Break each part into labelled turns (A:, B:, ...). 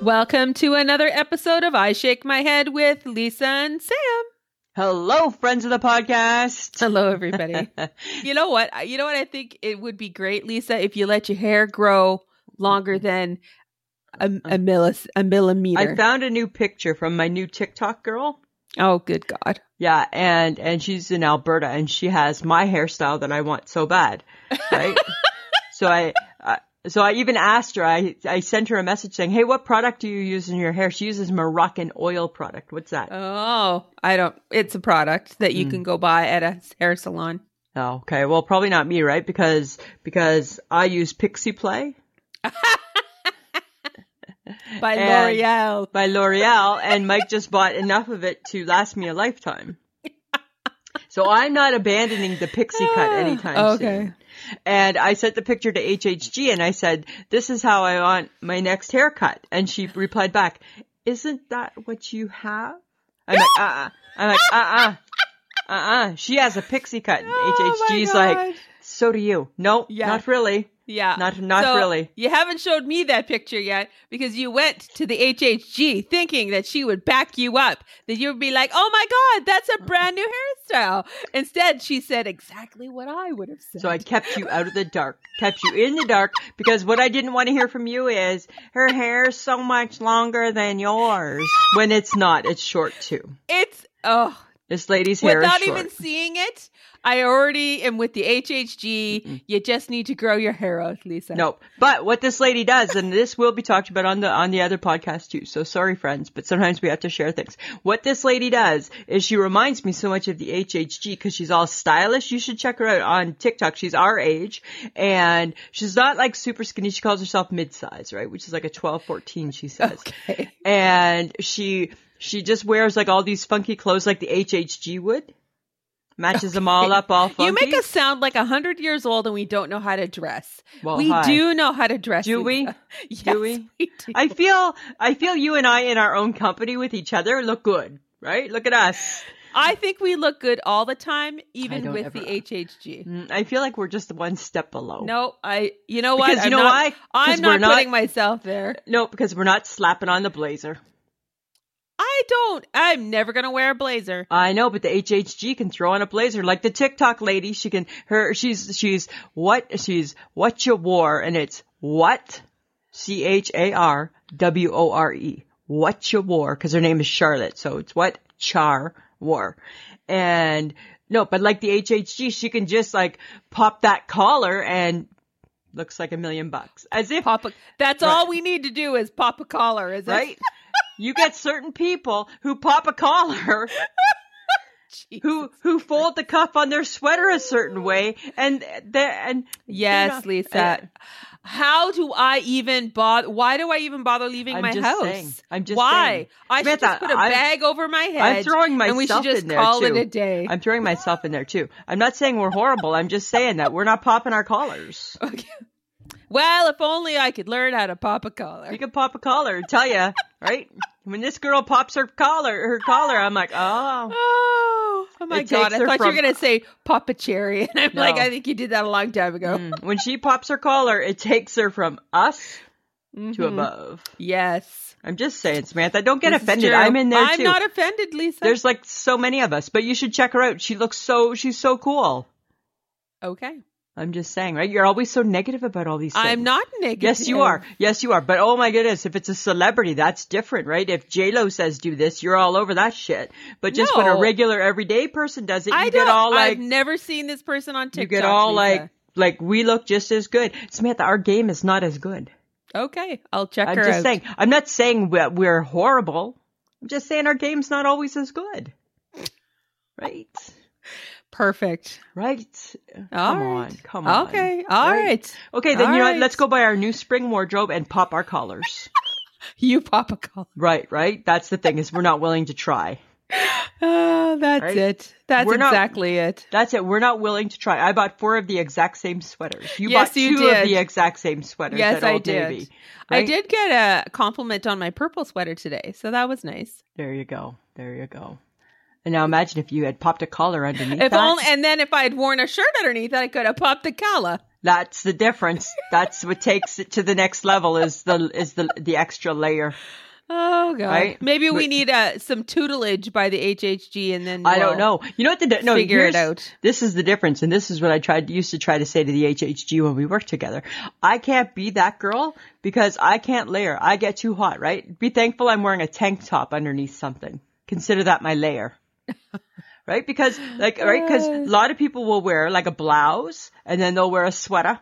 A: Welcome to another episode of I Shake My Head with Lisa and Sam.
B: Hello, friends of the podcast.
A: Hello, everybody. you know what? You know what? I think it would be great, Lisa, if you let your hair grow longer than a, a, millis, a millimeter.
B: Um, I found a new picture from my new TikTok girl.
A: oh, good God.
B: Yeah, and and she's in Alberta, and she has my hairstyle that I want so bad, right? so I, I, so I even asked her. I I sent her a message saying, "Hey, what product do you use in your hair?" She uses Moroccan oil product. What's that?
A: Oh, I don't. It's a product that you
B: Hmm.
A: can go buy at a hair salon.
B: oh, okay. Well, probably not me, right? Because because I use Pixie Play
A: By
B: And-
A: L'Oreal.
B: by L'Oreal, and Mike just bought enough of it to last me a lifetime. So I'm not abandoning the pixie cut anytime
A: Ah, Okay.
B: soon. And I sent the picture to HHG and I said, this is how I want my next haircut. And she replied back, isn't that what you have? I'm like, uh-uh. I'm like, uh-uh. Uh-uh. She has a pixie cut. And
A: Oh my
B: HHG's like,
A: God.
B: so do you. No,
A: Yeah.
B: not really.
A: Yeah.
B: Not- not
A: So,
B: really.
A: You haven't showed me that picture yet because you went to the HHG thinking that she would back you up, that you would be like, oh my God, that's a brand new hairstyle. Instead, she said exactly what I would have said.
B: So I kept you out of the dark, kept you in the dark, because what I didn't want to hear from you is her hair's so much longer than yours. When it's not, it's short too.
A: it's, oh,
B: This lady's hair
A: without
B: is short.
A: even seeing it, I already am with the HHG. You just need to grow your hair out, Lisa.
B: Nope. But what this lady does, and this will be talked about on the on the other podcast too. So sorry, friends, but sometimes we have to share things. What this lady does is she reminds me so much of the HHG because she's all stylish. You should check her out on TikTok. She's our age, and she's not like super skinny. She calls herself mid size, right? Which is like a 12, 14, She says,
A: Okay.
B: and she she just wears like all these funky clothes like the HHG would. Matches them all up, all funky.
A: You make us sound like a 100 years old and we don't know how to dress.
B: Well,
A: we
B: hi.
A: do know how to dress.
B: Do we?
A: Lisa. Yes,
B: we?
A: do.
B: I feel I feel you and I in our own company with each other look good, right? Look at us.
A: I think we look good all the time,
B: I
A: even
B: don't
A: with
B: ever-
A: the HHG.
B: Mm, I feel like we're just one step below.
A: No, I. You know what?
B: Because you
A: not,
B: know why? 'Cause
A: I'm
B: we're
A: not
B: not-
A: putting myself there.
B: No, because we're not slapping on the blazer.
A: I don't. I'm never gonna wear a blazer.
B: I know, but the HHG can throw on a blazer like the TikTok lady. She can her she's she's what she's what you wore and it's what C H A R W O R E. What you wore because her name is Charlotte, so it's what Char wore. And no, but like the HHG, she can just like pop that collar and looks like a million bucks. As if
A: Pop a. That's all we need to do is pop a collar. Is
B: right? you get certain people who pop a collar
A: it?
B: who who fold the cuff on their sweater a certain way and they and uh,
A: Yes,
B: they're
A: Lisa.
B: not-
A: How do I even bother? Why do I even bother leaving
B: I'm
A: my
B: just
A: house?
B: saying. I'm just
A: why
B: saying.
A: I should
B: Samantha,
A: just put a
B: I'm-
A: bag over my head.
B: I'm throwing myself
A: and we should just
B: in there
A: call
B: too.
A: it a day.
B: I'm throwing myself in there too. I'm not saying we're horrible. I'm just saying that we're not popping our collars.
A: Okay. Well, if only I could learn how to pop a collar.
B: You can pop a collar, tell ya, right? When this girl pops her collar, her collar, I'm like, oh,
A: Oh, oh my
B: It
A: god!
B: takes
A: I
B: her
A: thought you
B: from-
A: were gonna say Papa Cherry, and I'm like,
B: No.
A: I think you did that a long time ago.
B: Mm. when she pops her collar, it takes her from us to above.
A: Yes,
B: I'm just saying, Samantha, don't
A: Mm-hmm.
B: get
A: This is
B: offended.
A: true.
B: I'm in there
A: I'm
B: too.
A: not offended, Lisa.
B: There's like so many of us, but you should check her out. She looks so she's so cool.
A: okay.
B: I'm just saying, right? You're always so negative about all these things.
A: I'm not negative.
B: Yes, you are. Yes, you are. But oh my goodness, if it's a celebrity, that's different, right? If J Lo says do this, you're all over that shit. But just when a
A: No.
B: regular everyday person does it, you
A: I
B: get
A: don't.
B: all like
A: I've never seen this person on TikTok.
B: you get all
A: Lisa.
B: like like we look just as good. Samantha, our game is not as good.
A: Okay, I'll check
B: I'm
A: her
B: just
A: out.
B: saying. I'm not saying that we're horrible. I'm just saying our game's not always as good. Right.
A: Perfect.
B: Right.
A: All
B: come
A: right.
B: on. Come on.
A: Okay. All right.
B: Right. Okay, then
A: All
B: you know
A: right.
B: what? Let's go buy our new spring wardrobe and pop our collars.
A: You pop a collar.
B: right, right. That's the thing is we're not willing to try.
A: Oh, that's
B: Right?
A: it. That's
B: We're not-
A: exactly it.
B: That's it. We're not willing to try. I bought four of the exact same sweaters. You
A: Yes,
B: bought two
A: you
B: of
A: did.
B: the exact same sweaters
A: Yes,
B: at
A: I
B: Old
A: did.
B: Navy.
A: I
B: right?
A: did get a compliment on my purple sweater today, so that was nice.
B: There you go. There you go. And now imagine if you had popped a collar underneath
A: If
B: that.
A: only, and then if I had worn a shirt underneath, I could have popped the collar.
B: That's the difference. That's what takes it to the next level is the is the the extra layer.
A: Oh god.
B: Right?
A: Maybe we
B: But-
A: need uh, some tutelage by the HHG, and then
B: I don't
A: we'll
B: know. You know what the di- no
A: figure it
B: here's-
A: out.
B: This is the difference, and this is what I tried used to try to say to the HHG when we worked together. I can't be that girl because I can't layer. I get too hot, right? Be thankful I'm wearing a tank top underneath something. Consider that my layer. right? Because like right, because a lot of people will wear like a blouse and then they'll wear a sweater.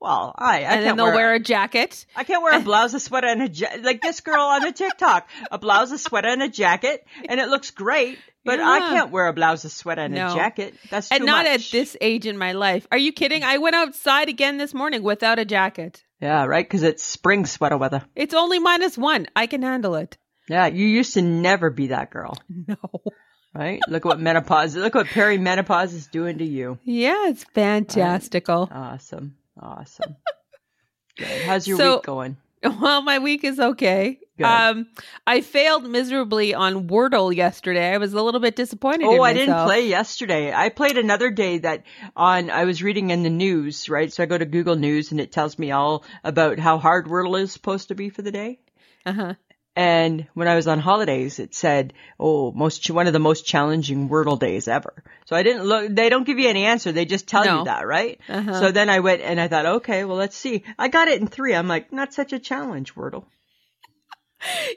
B: Well, I I
A: And then
B: can't
A: they'll
B: wear,
A: wear a jacket.
B: I can't wear a blouse, a sweater, and a ja- like this girl on the TikTok. A blouse, a sweater, and a jacket, and it looks great. But I
A: Yeah.
B: can't wear a blouse, a sweater, and
A: No.
B: a jacket. That's too
A: And not at
B: much.
A: this age in my life. Are you kidding? I went outside again this morning without a jacket.
B: Yeah, right. Because it's spring sweater weather.
A: It's only minus one. I can handle it.
B: Yeah, you used to never be that girl,
A: No.
B: right? look what menopause. Look what perimenopause is doing to you.
A: Yeah, it's fantastical.
B: Awesome, awesome. Good. How's your
A: So-
B: week going?
A: Well, my week is okay.
B: uh, Good.
A: Um, I failed miserably on Wordle yesterday. I was a little bit disappointed. in
B: Oh, I didn't
A: myself.
B: play yesterday. I played another day that on I was reading in the news, right? So I go to Google News and it tells me all about how hard Wordle is supposed to be for the day.
A: Uh-huh.
B: And when I was on holidays, it said, "Oh, most one of the most challenging Wordle days ever." So I didn't look. They don't give you any answer. They just tell
A: No.
B: you that, right?
A: Uh-huh.
B: So then I went and I thought, okay, well, let's see. I got it in three. I'm like, not such a challenge, Wordle.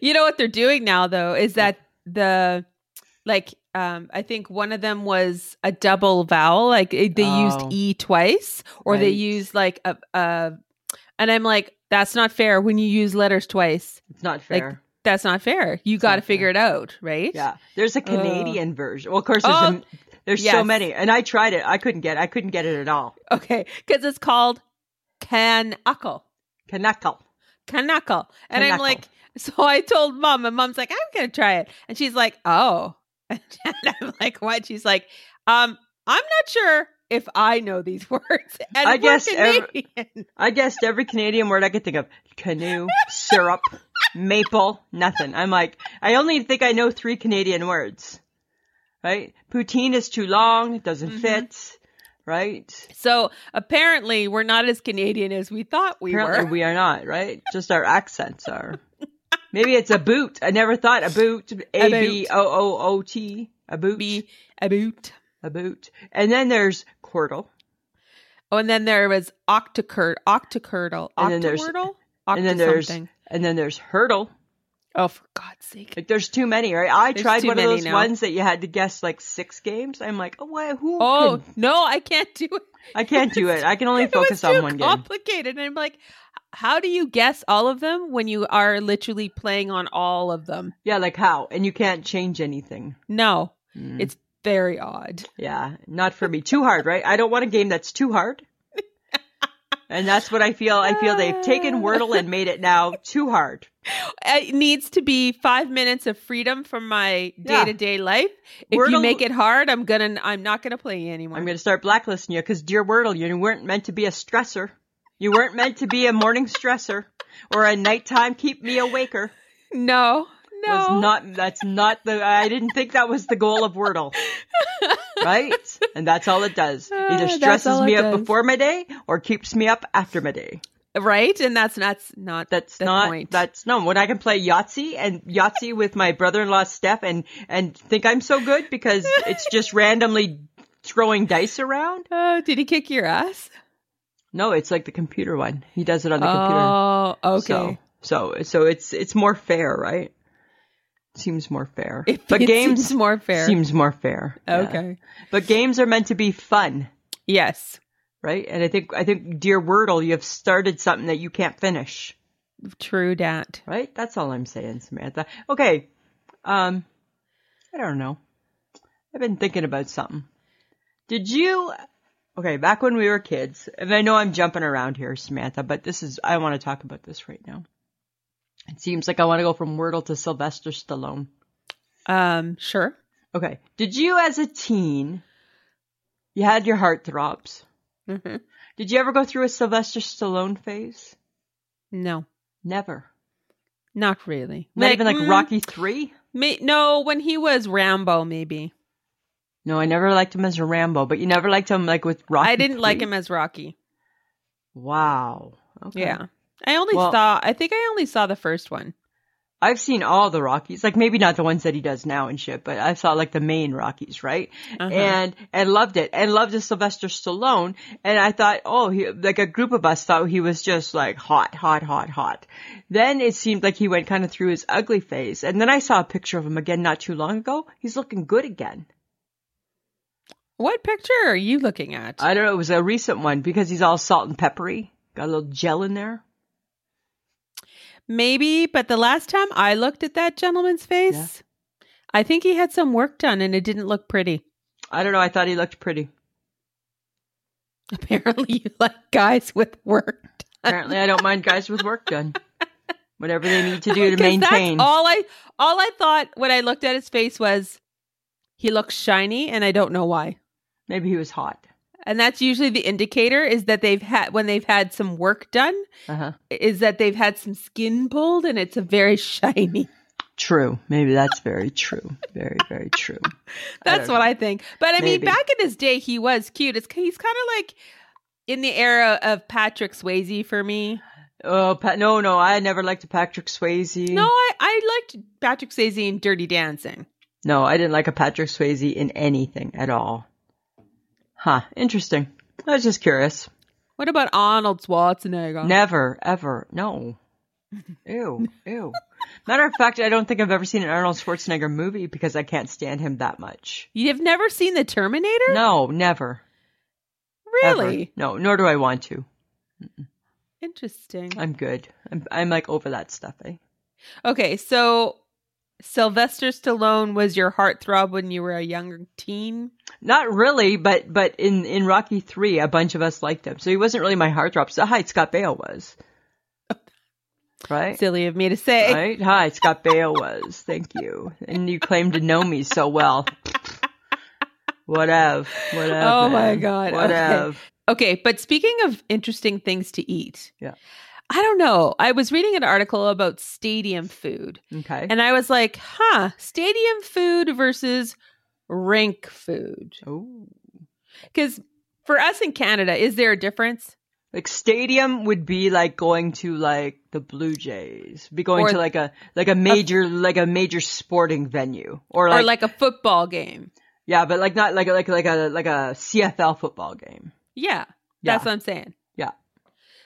A: You know what they're doing now though is that the like um I think one of them was a double vowel like it- they used
B: Oh.
A: e twice or they
B: Right.
A: used like a, a and I'm like that's not fair when you use letters twice.
B: It's not
A: Like,
B: fair.
A: That's not fair. You got to
B: not fair.
A: figure it out, right?
B: Yeah, there's a Canadian version. Well, of course, there's,
A: Uh, Oh,
B: a, there's so
A: yes.
B: many, and I tried it. I couldn't get. I couldn't get it at all.
A: Okay, cuz it's called Kanakal.
B: Kanakal.
A: Kanakal. And I'm
B: Kanakal.
A: like so I told mom and mom's like I'm going to try it. And she's like, "Oh." And I'm like, "What?" She's like, "Um, I'm not sure if I know these words." And
B: I
A: we're
B: guess ev-
A: Canadian.
B: I guessed every Canadian word I could think of: canoe, syrup, maple, nothing. I'm like, I only think I know three Canadian words. Right? Poutine is too long. It doesn't
A: Mhm.
B: fit. Right?
A: So apparently, we're not as Canadian as we thought we
B: Apparently,
A: were.
B: we are not. Right? Just our accents are. Maybe it's a boot. I never thought a boot. A B O O O T. A boot.
A: Be a boot.
B: a boot. And then there's Cordle.
A: Oh, and then there was octocur octocurdle,
B: And then there's-
A: octowordle,
B: and then there's
A: Octo-something.
B: and then there's Hurdle.
A: oh, for God's sake!
B: Like there's too many, right? I
A: There's
B: tried
A: too
B: one of
A: many
B: those
A: now.
B: ones that you had to guess like six games. I'm like, oh, what? Who?
A: Oh
B: could-
A: no, I can't do it.
B: I can't do it. I can only
A: It was
B: focus on
A: too
B: one game.
A: complicated, and I'm like, how do you guess all of them when you are literally playing on all of them?
B: Yeah, like how? And you can't change anything.
A: No,
B: Mm.
A: it's very odd.
B: yeah, not for me. Too hard, right? I don't want a game that's too hard. And that's what I feel. I feel they've taken Wordle and made it now too hard.
A: Uh, It needs to be five minutes of freedom from my day
B: Yeah.
A: to day life. If you
B: Wordle-
A: make it hard, I'm gonna I'm not gonna play you anymore.
B: I'm going to start blacklisting you because, dear Wordle, you weren't meant to be a stressor. You weren't meant to be a morning stressor or a nighttime keep me awaker.
A: no, no,
B: Was not that's not the I didn't think that was the goal of Wordle. right? And that's all it does.
A: Ah,
B: Either
A: that's
B: stresses
A: all it
B: me up
A: does.
B: before my day or keeps me up after my day.
A: right? And that's that's not
B: That's
A: the
B: not
A: point.
B: that's no when I can play Yahtzee and Yahtzee with my brother in law Steph and and think I'm so good because it's just randomly throwing dice around.
A: Oh, did he kick your ass?
B: No, it's like the computer one. He does it on the
A: Oh, okay.
B: computer. So, so so it's it's more fair, right? Seems more fair.
A: It-
B: but
A: it
B: games
A: seems more fair.
B: seems more fair. yeah.
A: okay.
B: But games are meant to be fun,
A: Yes.
B: right? And I think I think dear Wordle, you've started something that you can't finish,
A: True dat.
B: right? That's all I'm saying, Samantha. Okay. Um I don't know. I've been thinking about something. Did you Okay, back when we were kids, and I know I'm jumping around here, Samantha, but this is I want to talk about this right now. It seems like I want to go from Wordle to Sylvester Stallone.
A: Um, sure.
B: Okay. Did you as a teen you had your heart throbs?
A: hmm
B: Did you ever go through a Sylvester Stallone phase?
A: No,
B: Never.
A: not really.
B: Not even like
A: mm,
B: Rocky Three.
A: may- no, when he was Rambo, maybe
B: No, I never liked him as a Rambo, but you never liked him like with Rocky.
A: I didn't like
B: III?
A: him as Rocky.
B: Wow. Okay.
A: Yeah, I only
B: Well-
A: saw. I think I only saw the first one.
B: I've seen all the Rockies, like maybe not the ones that he does now and shit, but I saw like the main Rockies, right?
A: Uh-huh.
B: And, and loved it and loved the Sylvester Stallone. And I thought, oh, he, like a group of us thought he was just like hot, hot, hot, hot. Then it seemed like he went kind of through his ugly phase. And then I saw a picture of him again not too long ago. He's looking good again.
A: What picture are you looking at?
B: I don't know. It was a recent one because he's all salt and peppery. Got a little gel in there.
A: Maybe, but the last time I looked at that gentleman's face, I think he had some work done and it didn't look pretty.
B: I don't know. I thought he looked pretty.
A: Apparently, you like guys with work
B: Apparently, I don't mind guys with work done. Whatever they need to do to
A: 'Cause
B: maintain.
A: That's all I all I thought when I looked at his face was he looks shiny and I don't know why.
B: Maybe he was hot.
A: And that's usually the indicator is that they've had when they've had some work done
B: Uh huh.
A: is that they've had some skin pulled and it's a very shiny.
B: True. Maybe that's very true. Very, very true.
A: That's what I think. But I
B: Maybe.
A: mean, back in his day, he was cute. It's he's kind of like in the era of Patrick Swayze for me.
B: Oh, pa- no, no. I never liked a Patrick Swayze.
A: No, I, I liked Patrick Swayze in Dirty Dancing.
B: No, I didn't like a Patrick Swayze in anything at all. Huh. Interesting. I was just curious.
A: What about Arnold Schwarzenegger?
B: Never, ever. No. Ew. Ew. Matter of fact, I don't think I've ever seen an Arnold Schwarzenegger movie because I can't stand him that much.
A: You've never seen The Terminator?
B: No, never. ever.
A: really?
B: No, nor do I want to.
A: Interesting.
B: I'm good. I'm, I'm like over that stuff. Eh?
A: Okay, so Sylvester Stallone was your heartthrob when you were a younger teen.
B: Not really, but but in in Rocky Three, a bunch of us liked him, so he wasn't really my heartthrob. So hi, Scott Baio was. Right.
A: Silly of me to say.
B: Right? Hi, Scott Baio was. Thank you. And you claim to know me so well. Whatever. Whatever.
A: Oh my God, okay.
B: Whatever.
A: Okay, but speaking of interesting things to eat.
B: Yeah.
A: I don't know. I was reading an article about stadium food
B: Okay.
A: and I was like, huh, stadium food versus rink food.
B: Ooh.
A: Because for us in Canada, is there a difference?
B: Like stadium would be like going to like the Blue Jays, be going
A: Or-
B: to like a like a major like a major sporting venue or like,
A: or like a football game?
B: yeah, but like not like a- like like a like a CFL football game.
A: Yeah,
B: Yeah,
A: that's what I'm saying.
B: Yeah.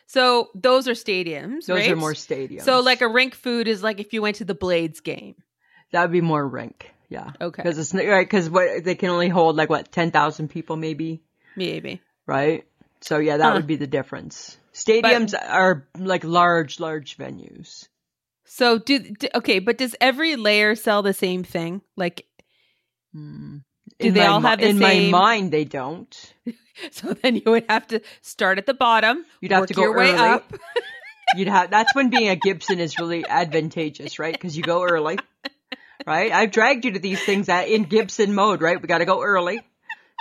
A: So those are stadiums.
B: those are
A: right?
B: more stadiums.
A: So like a rink food is like if you went to the Blades game.
B: that would be more rink, yeah,
A: Okay.
B: because it's right because what they can only hold like what ten thousand people maybe,
A: Maybe.
B: right? So yeah, that
A: Huh.
B: would be the difference. Stadiums are like large, large venues.
A: So do, do okay, but does every layer sell the same thing? Like
B: Hmm.
A: Do
B: In
A: they
B: my
A: all
B: mi-
A: have the
B: in
A: same-
B: my mind they don't.
A: so then you would have to start at the bottom.
B: You'd have
A: work
B: to go
A: your way
B: early.
A: up.
B: You'd have that's when being a Gibson is really advantageous, right? Because you go early, right? I've dragged you to these things at, in Gibson mode, right? We got to go early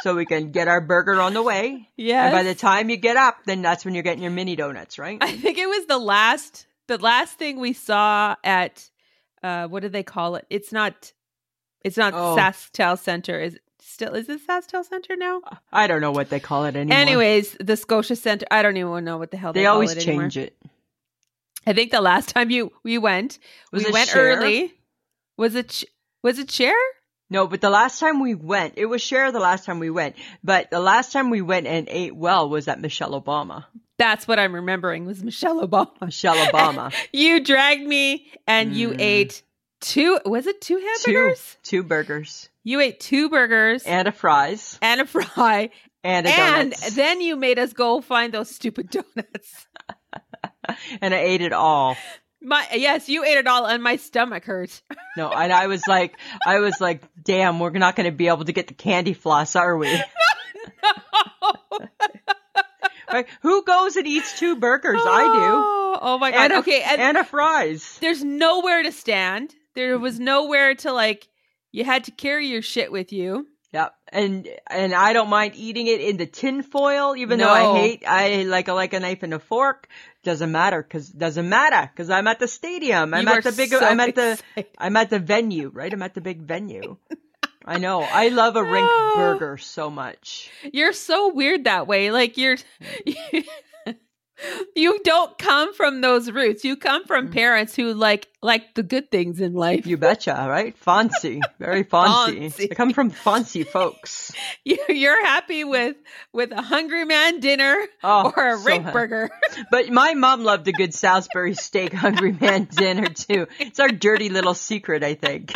B: so we can get our burger on the way.
A: Yes.
B: And by the time you get up, then that's when you're getting your mini donuts, right?
A: I think it was the last the last thing we saw at uh what do they call it? It's not it's not
B: Oh.
A: Sastel Center. Is it still is it Sastel Center now?
B: I don't know what they call it anymore.
A: Anyways, the Scotia Center. I don't even know what the hell they,
B: they
A: call
B: always
A: it anymore.
B: change it.
A: I think the last time you we went,
B: Was
A: we
B: it
A: went
B: Cher?
A: early. Was it Ch- was it share?
B: No, but the last time we went, it was Cher the last time we went, but the last time we went and ate well was at Michelle Obama.
A: That's what I'm remembering was Michelle Obama.
B: Michelle Obama.
A: You dragged me and you
B: Mm.
A: ate two was it two
B: two,
A: hamburgers?
B: two burgers
A: You ate two burgers and,
B: and a fries
A: a fry
B: and a
A: and
B: donut.
A: then you made us go find those stupid donuts.
B: and I ate it all.
A: My yes, you ate it all and my stomach hurt.
B: No, and I was like, I was like, damn, we're not going to be able to get the candy floss, are we? Right? Who goes and eats two burgers? I
A: Oh, oh my
B: do.
A: god.
B: a,
A: okay, and
B: and a fries.
A: there's nowhere to stand. There was nowhere to like. You had to carry your shit with you.
B: Yep. And and I don't mind eating it in the tin foil, even though I
A: No.
B: hate. I like I like a knife and a fork. Doesn't matter, cause doesn't matter, cause I'm at the stadium. I'm
A: You
B: at
A: are
B: the big.
A: so
B: I'm at the.
A: excited.
B: I'm at the venue, right? I'm at the big venue. I know. I love a rink
A: Oh.
B: burger so much.
A: You're so weird that way. Like you're. You don't come from those roots. You come from parents who like like the good things in life.
B: Mm. You betcha, right? Fancy, very fancy.
A: Fancy.
B: I come from fancy folks.
A: You, you're happy with with a hungry man dinner
B: Oh,
A: or a
B: so
A: rink
B: happy.
A: burger.
B: But my mom loved a good Salisbury steak, hungry man dinner too. It's our dirty little secret, I think.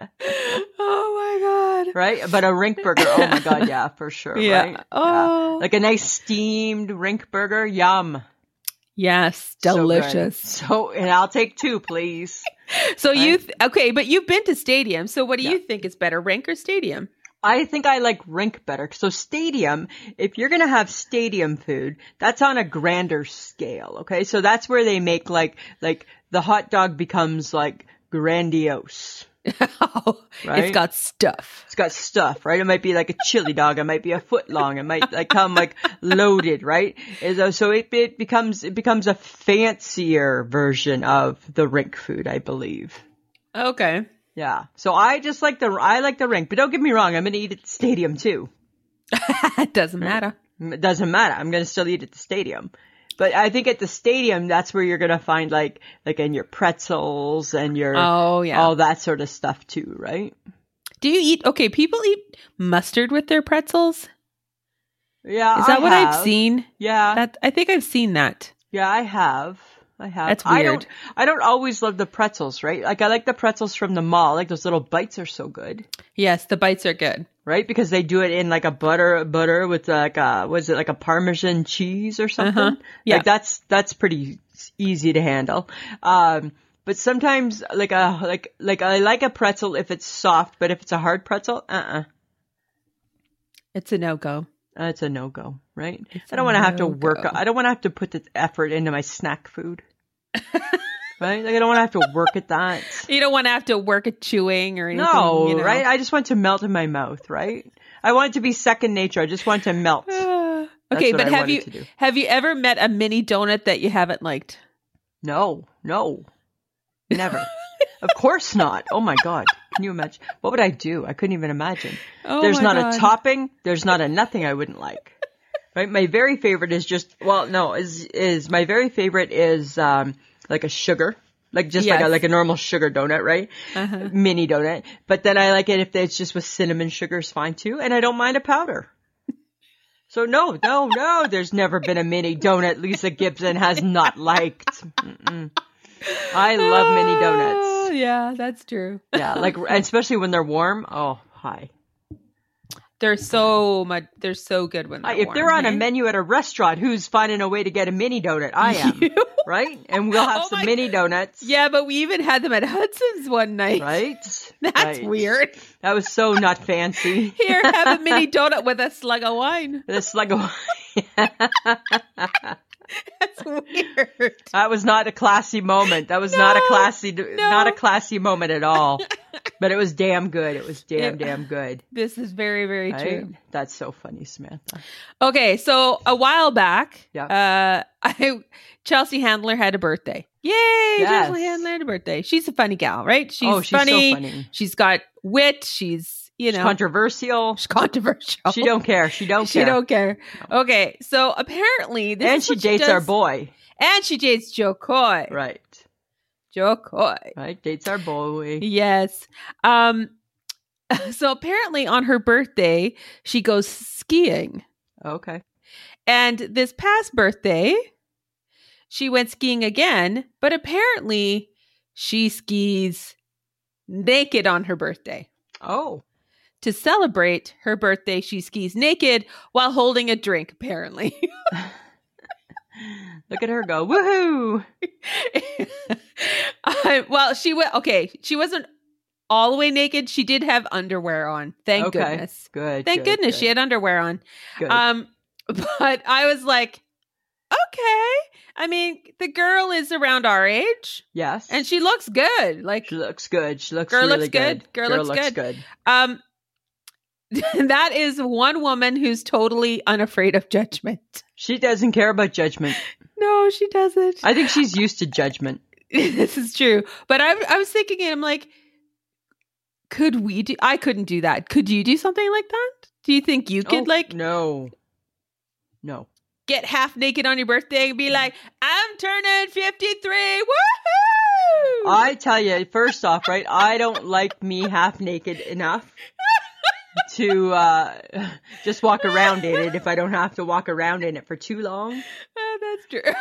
A: oh my god!
B: Right? But a rink burger, oh my god, yeah, for sure.
A: Yeah.
B: Right?
A: Oh.
B: Like a nice steamed rink burger, yum.
A: Yes,
B: So good.
A: delicious.
B: So, and I'll take two, please.
A: So, you th- okay? But you've been to stadium. So what do you think is better, rink or stadium?
B: I think I like rink better. So stadium, if you're gonna have stadium food, that's on a grander scale, okay? So that's where they make like, like the hot dog becomes like grandiose.
A: oh,
B: Right?
A: it's got stuff.
B: It's got stuff, right? It might be like a chili dog. It might be a foot long. It might like come like loaded, right? And so- So it, it becomes, it becomes a fancier version of the rink food, I believe.
A: Okay.
B: Yeah. So I just like the, I like the rink, but don't get me wrong. I'm going to eat at the stadium too.
A: it doesn't matter.
B: It doesn't matter. I'm going to still eat at the stadium. But I think at the stadium, that's where you're going to find like, like in your pretzels and your,
A: Oh yeah.
B: all that sort of stuff too, right?
A: do you eat? Okay, people eat mustard with their pretzels.
B: Yeah.
A: Is that what I've
B: have. Uh,
A: seen?
B: Yeah.
A: That I think I've seen that.
B: Yeah, I have. I have.
A: That's
B: I
A: weird.
B: don't, I don't always love the pretzels, right? Like I like the pretzels from the mall. Like those little bites are so good,
A: Yes, the bites are good.
B: right? Because they do it in like a butter butter with like a was it like a parmesan cheese or something?
A: Uh-huh. Yeah.
B: Like that's that's pretty easy to handle. Um but sometimes like a like like I like a pretzel if it's soft, but if it's a hard pretzel, uh-uh.
A: It's a no go.
B: Uh, it's a no-go, right?
A: It's a
B: I don't want to have to work.
A: no-go.
B: I don't want to have to put the effort into my snack food, right? Like I don't want to have to work at that.
A: You don't want to have to work at chewing or anything.
B: No,
A: you know?
B: right? I just want it to melt in my mouth, right? I want it to be second nature. I just want it to melt.
A: Ah.
B: That's
A: okay,
B: what
A: but
B: I
A: have
B: wanted
A: you
B: to do.
A: have you ever met a mini donut that you haven't liked?
B: No, no, never. of course not. Oh my god, can you imagine? What would I do? I couldn't even imagine.
A: Oh,
B: there's
A: my
B: not
A: God.
B: a topping. There's not a nothing I wouldn't like. Right. My very favorite is just well, no, is is my very favorite is um like a sugar, like just like a
A: Yes.
B: like a normal sugar donut, right?
A: Uh-huh.
B: Mini donut. But then I like it if it's just with cinnamon sugar is fine too, and I don't mind a powder. So no, no, no. There's never been a mini donut Lisa Gibson has not liked. Mm-mm. I love mini
A: Ah,
B: donuts.
A: yeah, that's true.
B: Yeah, like especially when they're warm. Oh, hi.
A: They're so much. They're so good when
B: I-
A: they're
B: if they're
A: warm,
B: on a
A: eh?
B: menu at a restaurant, who's finding a way to get a mini donut? I am,
A: You-
B: right? And we'll have
A: Oh
B: some
A: my-
B: mini donuts.
A: Yeah, but we even had them at Hudson's one night.
B: Right?
A: That's
B: Right.
A: weird.
B: That was so not fancy.
A: Here, have a mini donut with a slug of wine.
B: This like a-
A: That's weird.
B: that was not a classy moment. That was not a
A: No,
B: classy not a classy moment at all. But it was damn good. It was damn
A: It-
B: damn good.
A: This is very, very
B: Right?
A: true.
B: That's so funny, Samantha.
A: Okay, so a while back,
B: Yeah.
A: uh, I Chelsea Handler had a birthday. Yay! Chelsea
B: Yes.
A: Handler had a birthday. She's a funny gal, right? She's,
B: oh, she's
A: funny.
B: so funny.
A: She's got wit. She's you know
B: Controversial.
A: she's controversial.
B: She don't care. She don't
A: she
B: care.
A: don't care. Okay, so apparently this
B: and
A: is
B: she
A: what
B: dates our
A: does-
B: boy.
A: and she dates Joe Coy.
B: Right.
A: Joe Coy.
B: Right. Dates our boy.
A: Yes. Um. So apparently on her birthday she goes skiing,
B: Okay.
A: and this past birthday she went skiing again, but apparently she skis naked on her birthday.
B: Oh.
A: To celebrate her birthday, she skis naked while holding a drink, apparently.
B: Look at her go. Woohoo.
A: I, Uh, well, she went, okay, she wasn't all the way naked. She did have underwear on. Thank
B: Okay.
A: goodness.
B: Good.
A: Thank
B: good,
A: goodness
B: good,
A: she had underwear on.
B: good.
A: Um, but I was like, okay. I mean, the girl is around our age
B: yes.
A: and she looks good. Like,
B: she looks good. She looks
A: Girl
B: really
A: looks
B: good.
A: good. Girl looks good.
B: good.
A: um, that is one woman who's totally unafraid of judgment.
B: She doesn't care about judgment.
A: No, she doesn't.
B: I think she's used to judgment.
A: this is true. But I, I was thinking, and I'm like, could we do? I couldn't do Oh, that. Could you do something like that? Do you think you could
B: Oh,
A: like?
B: no. No.
A: get half naked on your birthday and be like, I'm turning 53. Woohoo!
B: I tell you, first off, right, I don't like me half naked enough to uh, just walk around in it if I don't have to walk around in it for too long.
A: Oh, that's true.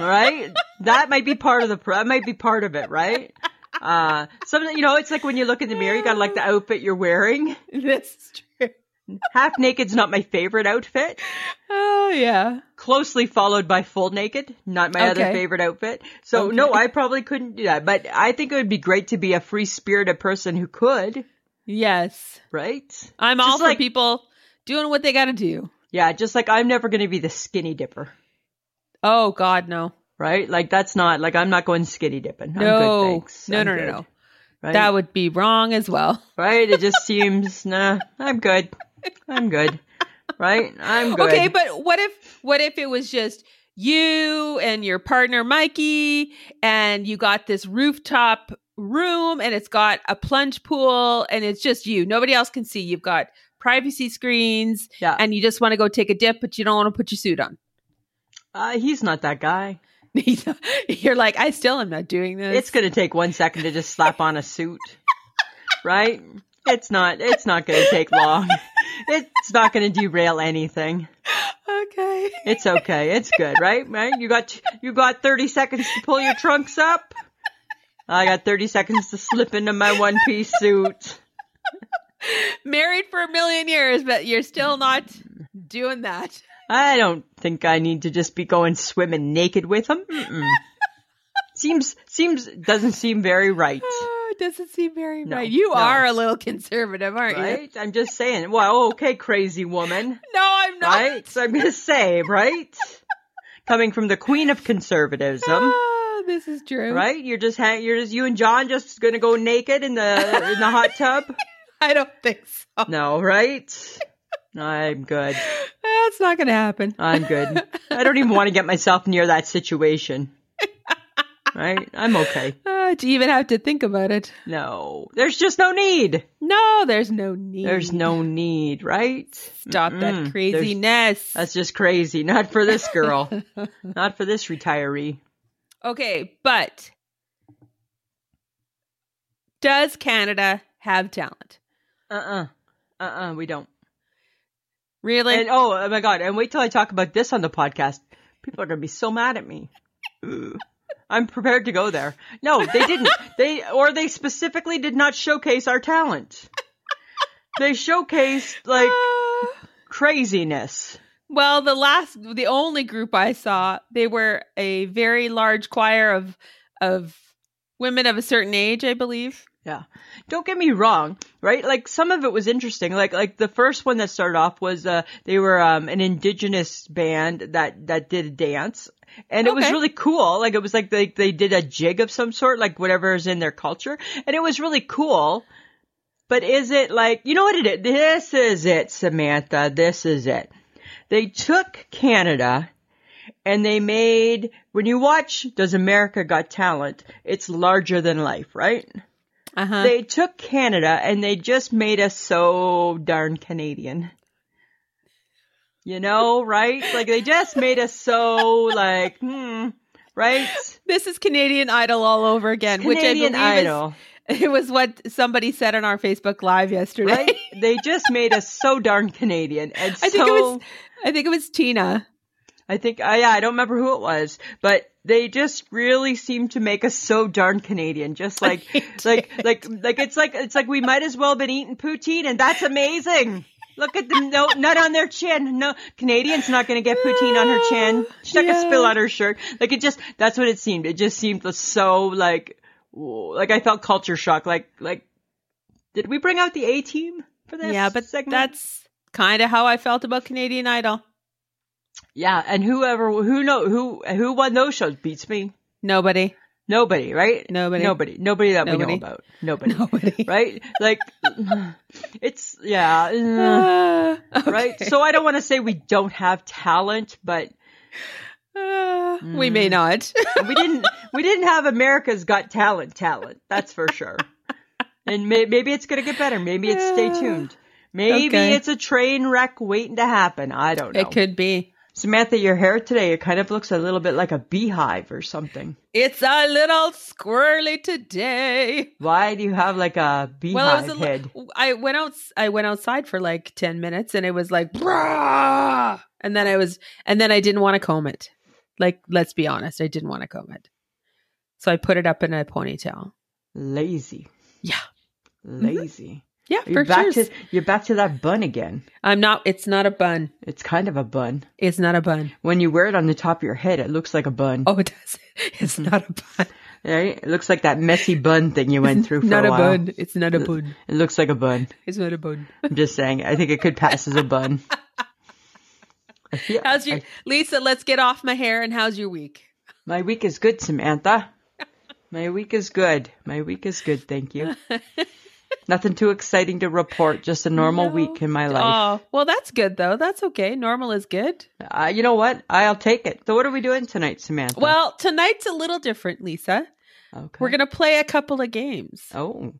B: All right, that might be part of the pro- that might be part of it, right? Uh, something you know, it's like when you look in the mirror, you gotta like the outfit you're wearing.
A: this is true.
B: Half naked's not my favorite outfit.
A: Oh, yeah.
B: Closely followed by full naked, not my other
A: Okay.
B: favorite outfit. So no,
A: Okay.
B: I probably couldn't do that. But I think it would be great to be a free spirited person who could,
A: Yes.
B: right?
A: I'm
B: Just
A: all for
B: like-
A: people doing what they got to do.
B: Yeah, just like I'm never gonna be the skinny dipper.
A: Oh, God, no.
B: right? Like that's not like I'm not going skinny dipping.
A: No.
B: I'm good, thanks.
A: no,
B: I'm
A: no,
B: good,
A: no, no.
B: Right?
A: That would be wrong as well.
B: right? It just seems nah. I'm good. I'm good. Right? I'm good.
A: Okay, but what if what if it was just you and your partner Mikey and you got this rooftop room and it's got a plunge pool and it's just you. Nobody else can see. You've got privacy screens
B: yeah,
A: and you just want to go take a dip but you don't want to put your suit on.
B: uh, he's not that guy.
A: You're like, I still am not doing this.
B: It's gonna take one second to just slap on a suit, right? It's not. It's not gonna take long. It's not gonna derail anything.
A: okay.
B: It's okay. It's good, right? Right? You got you got 30 seconds to pull your trunks up. I got 30 seconds to slip into my one piece suit.
A: Married for a million years, but you're still not doing that.
B: I don't think I need to just be going swimming naked with him. Mm-mm. seems seems doesn't seem very right.
A: Oh, it doesn't seem very
B: No,
A: right. You
B: no.
A: are a little conservative, aren't you?
B: Right? I'm just saying. Well, okay, crazy woman.
A: No, I'm not.
B: Right? So I'm gonna say, right? Coming from the queen of conservatism.
A: Ah, this is true.
B: um, Right? You're just hang- you're just you and John just gonna go naked in the in the hot tub?
A: I don't think so.
B: No, right? I'm good.
A: That's not going to happen.
B: I'm good. I don't even want to get myself near that situation. Right? I'm okay.
A: Ah, to even have to think about it.
B: No. There's just no need.
A: No, there's no need.
B: There's no need, right?
A: Stop
B: Mm-mm.
A: that
B: There's-
A: craziness.
B: That's just crazy. Not for this girl. Not for this retiree.
A: okay, but does Canada have talent?
B: Uh-uh. Uh-uh, we don't.
A: Really?
B: and oh, oh my god, and wait till I talk about this on the podcast. People are gonna be so mad at me. Ugh. I'm prepared to go there. No, they didn't. they or they specifically did not showcase our talent. They showcased like
A: Ah.
B: craziness.
A: well, the last, the only group I saw, they were a very large choir of of women of a certain age, I believe.
B: Yeah. Don't get me wrong, right? Like some of it was interesting. Like like the first one that started off was uh they were um an indigenous band that that did a dance. And it was
A: Okay.
B: really cool. Like it was like they they did a jig of some sort, like whatever is in their culture. And it was really cool. But is it like you know what it is? This is it, Samantha. This is it. They took Canada and they made when you watch Does America Got Talent, it's larger than life, right?
A: Uh huh.
B: They took Canada and they just made us so darn Canadian. You know, right? Like they just made us so like, hmm, right?
A: This is Canadian Idol all over again,
B: Canadian
A: which I believe
B: Idol,
A: Is, it was what somebody said on our Facebook Live yesterday.
B: right? they just made us so darn Canadian, and
A: I think it
B: so
A: was I think it was Tina.
B: I think I yeah, I don't remember who it was, but they just really seemed to make us so darn Canadian. Just like
A: They
B: like
A: did.
B: like like it's like it's like we might as well have been eating poutine and that's amazing. Look at them no nut on their chin. No Canadian's not gonna get poutine on her chin. She's not gonna
A: Yeah.
B: spill on her shirt. Like it just that's what it seemed. It just seemed so like whoa, like I felt culture shock. Like like did we bring out the A team for this?
A: yeah, but
B: segment?
A: that's kind of how I felt about Canadian Idol.
B: yeah, and whoever who know who who won those shows beats me.
A: Nobody.
B: Nobody, right?
A: Nobody.
B: Nobody. Nobody that we
A: Nobody.
B: know about. Nobody.
A: Nobody.
B: Right? Like, it's, yeah.
A: Ah,
B: uh, Right?
A: okay.
B: So I don't want to say we don't have talent, but
A: Ah, we
B: Mm.
A: may not.
B: we didn't, we didn't have America's Got Talent talent. That's for sure. And may, maybe it's going to get better. Maybe it's stay
A: Yeah.
B: tuned. Maybe
A: Okay.
B: it's a train wreck waiting to happen. I don't know.
A: It could be.
B: Samantha, your hair today, it kind of looks a little bit like a beehive or something.
A: It's a little squirrely today.
B: Why do you have like a beehive
A: Well, it was a
B: head?
A: li- I went out. I went outside for like ten minutes, and it was like, Brah! and then I was, and then I didn't want to comb it. Like, let's be honest, I didn't want to comb it, so I put it up in a ponytail.
B: Lazy.
A: Yeah. Mm-hmm.
B: Lazy.
A: Yeah,
B: You're
A: for
B: back
A: sure.
B: to you're back to that bun again.
A: I'm not. It's not a bun.
B: It's kind of a bun.
A: It's not a bun.
B: When you wear it on the top of your head, it looks like a bun.
A: Oh, it does. It's not a bun.
B: Right? It looks like that messy bun thing you went through for
A: not
B: a
A: a,
B: while.
A: bun. It's not a bun.
B: It looks like a bun.
A: It's not a bun.
B: I'm just saying. I think it could pass as a bun. I feel-
A: How's your
B: I-
A: Lisa? Let's get off my hair. And how's your week?
B: my week is good, Samantha. My week is good. My week is good. Thank you. Nothing too exciting to report. Just a normal
A: No.
B: week in my life.
A: Oh, well, that's good though. That's okay. Normal is good.
B: Uh, you know what? I'll take it. So, what are we doing tonight, Samantha?
A: Well, tonight's a little different, Lisa.
B: okay.
A: We're going to play a couple of games.
B: Oh,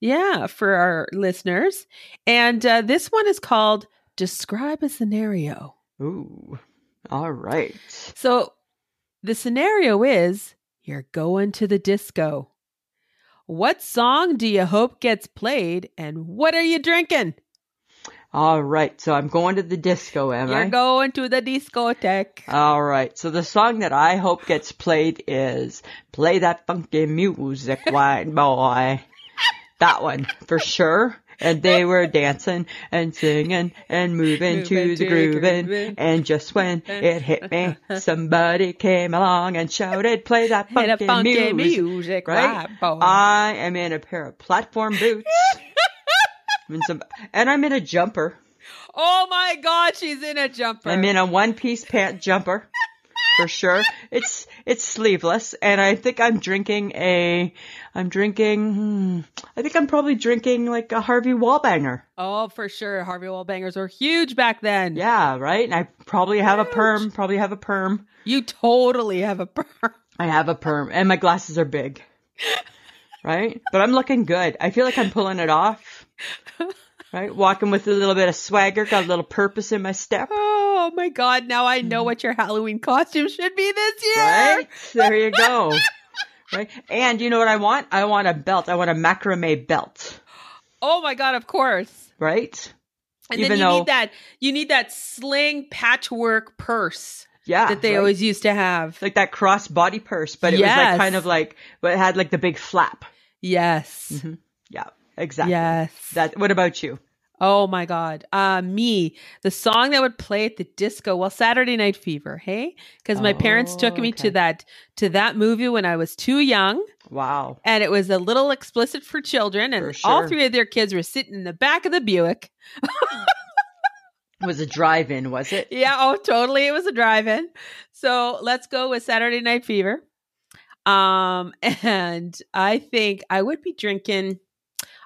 A: Yeah, for our listeners. And uh, this one is called Describe a Scenario.
B: ooh. All right.
A: So the scenario is you're going to the disco. What song do you hope gets played and what are you drinking?
B: All right. So, I'm going to the disco, am
A: you're
B: I?
A: going to the discotheque.
B: All right. So the song that I hope gets played is "Play That Funky Music, White Boy." That one for sure. And they were dancing and singing and moving
A: Moving to
B: to the
A: the
B: grooving.
A: grooving.
B: And just when it hit me, somebody came along and shouted, "Play that
A: Hit a
B: funky,
A: funky
B: music!"
A: music,
B: right?
A: right? boy.
B: I am in a pair of platform boots. I'm in some, and I'm in a jumper.
A: oh my God, she's in a jumper.
B: I'm in a one piece pant jumper for sure. It's it's sleeveless, and I think I'm drinking a. I'm drinking. Hmm, I think I'm probably drinking like a Harvey Wallbanger.
A: Oh, for sure. Harvey Wallbangers were huge back then.
B: Yeah, right. And I probably have a perm. Probably have a perm.
A: You totally have a perm.
B: I have a perm, and my glasses are big. Right, but I'm looking good. I feel like I'm pulling it off. Right, walking with a little bit of swagger, got a little purpose in my step.
A: Oh my God. Now I know what your Halloween costume should be this year.
B: Mm-hmm. Right? There you go. right? And you know what I want? I want a belt. I want a macrame belt.
A: Oh my God, of course.
B: Right?
A: And
B: Even
A: then you
B: though-
A: need that you need that sling patchwork purse
B: Yeah.
A: that they
B: Ah, right.
A: always used to have.
B: like that cross body purse, but it was like
A: Yes.
B: kind of like but it had like the big flap.
A: yes.
B: Yeah. Mm-hmm. Exactly.
A: Yes.
B: That what about you?
A: oh my God. Uh me. The song that would play at the disco. Well, Saturday Night Fever, hey? Because my parents took
B: Oh,
A: me
B: okay.
A: to that to that movie when I was too young.
B: Wow.
A: and it was a little explicit for children and
B: For sure.
A: all three of their kids were sitting in the back of the buick
B: It was a drive in, was it?
A: yeah oh totally it was a drive-in so let's go with saturday night fever um and i think i would be drinking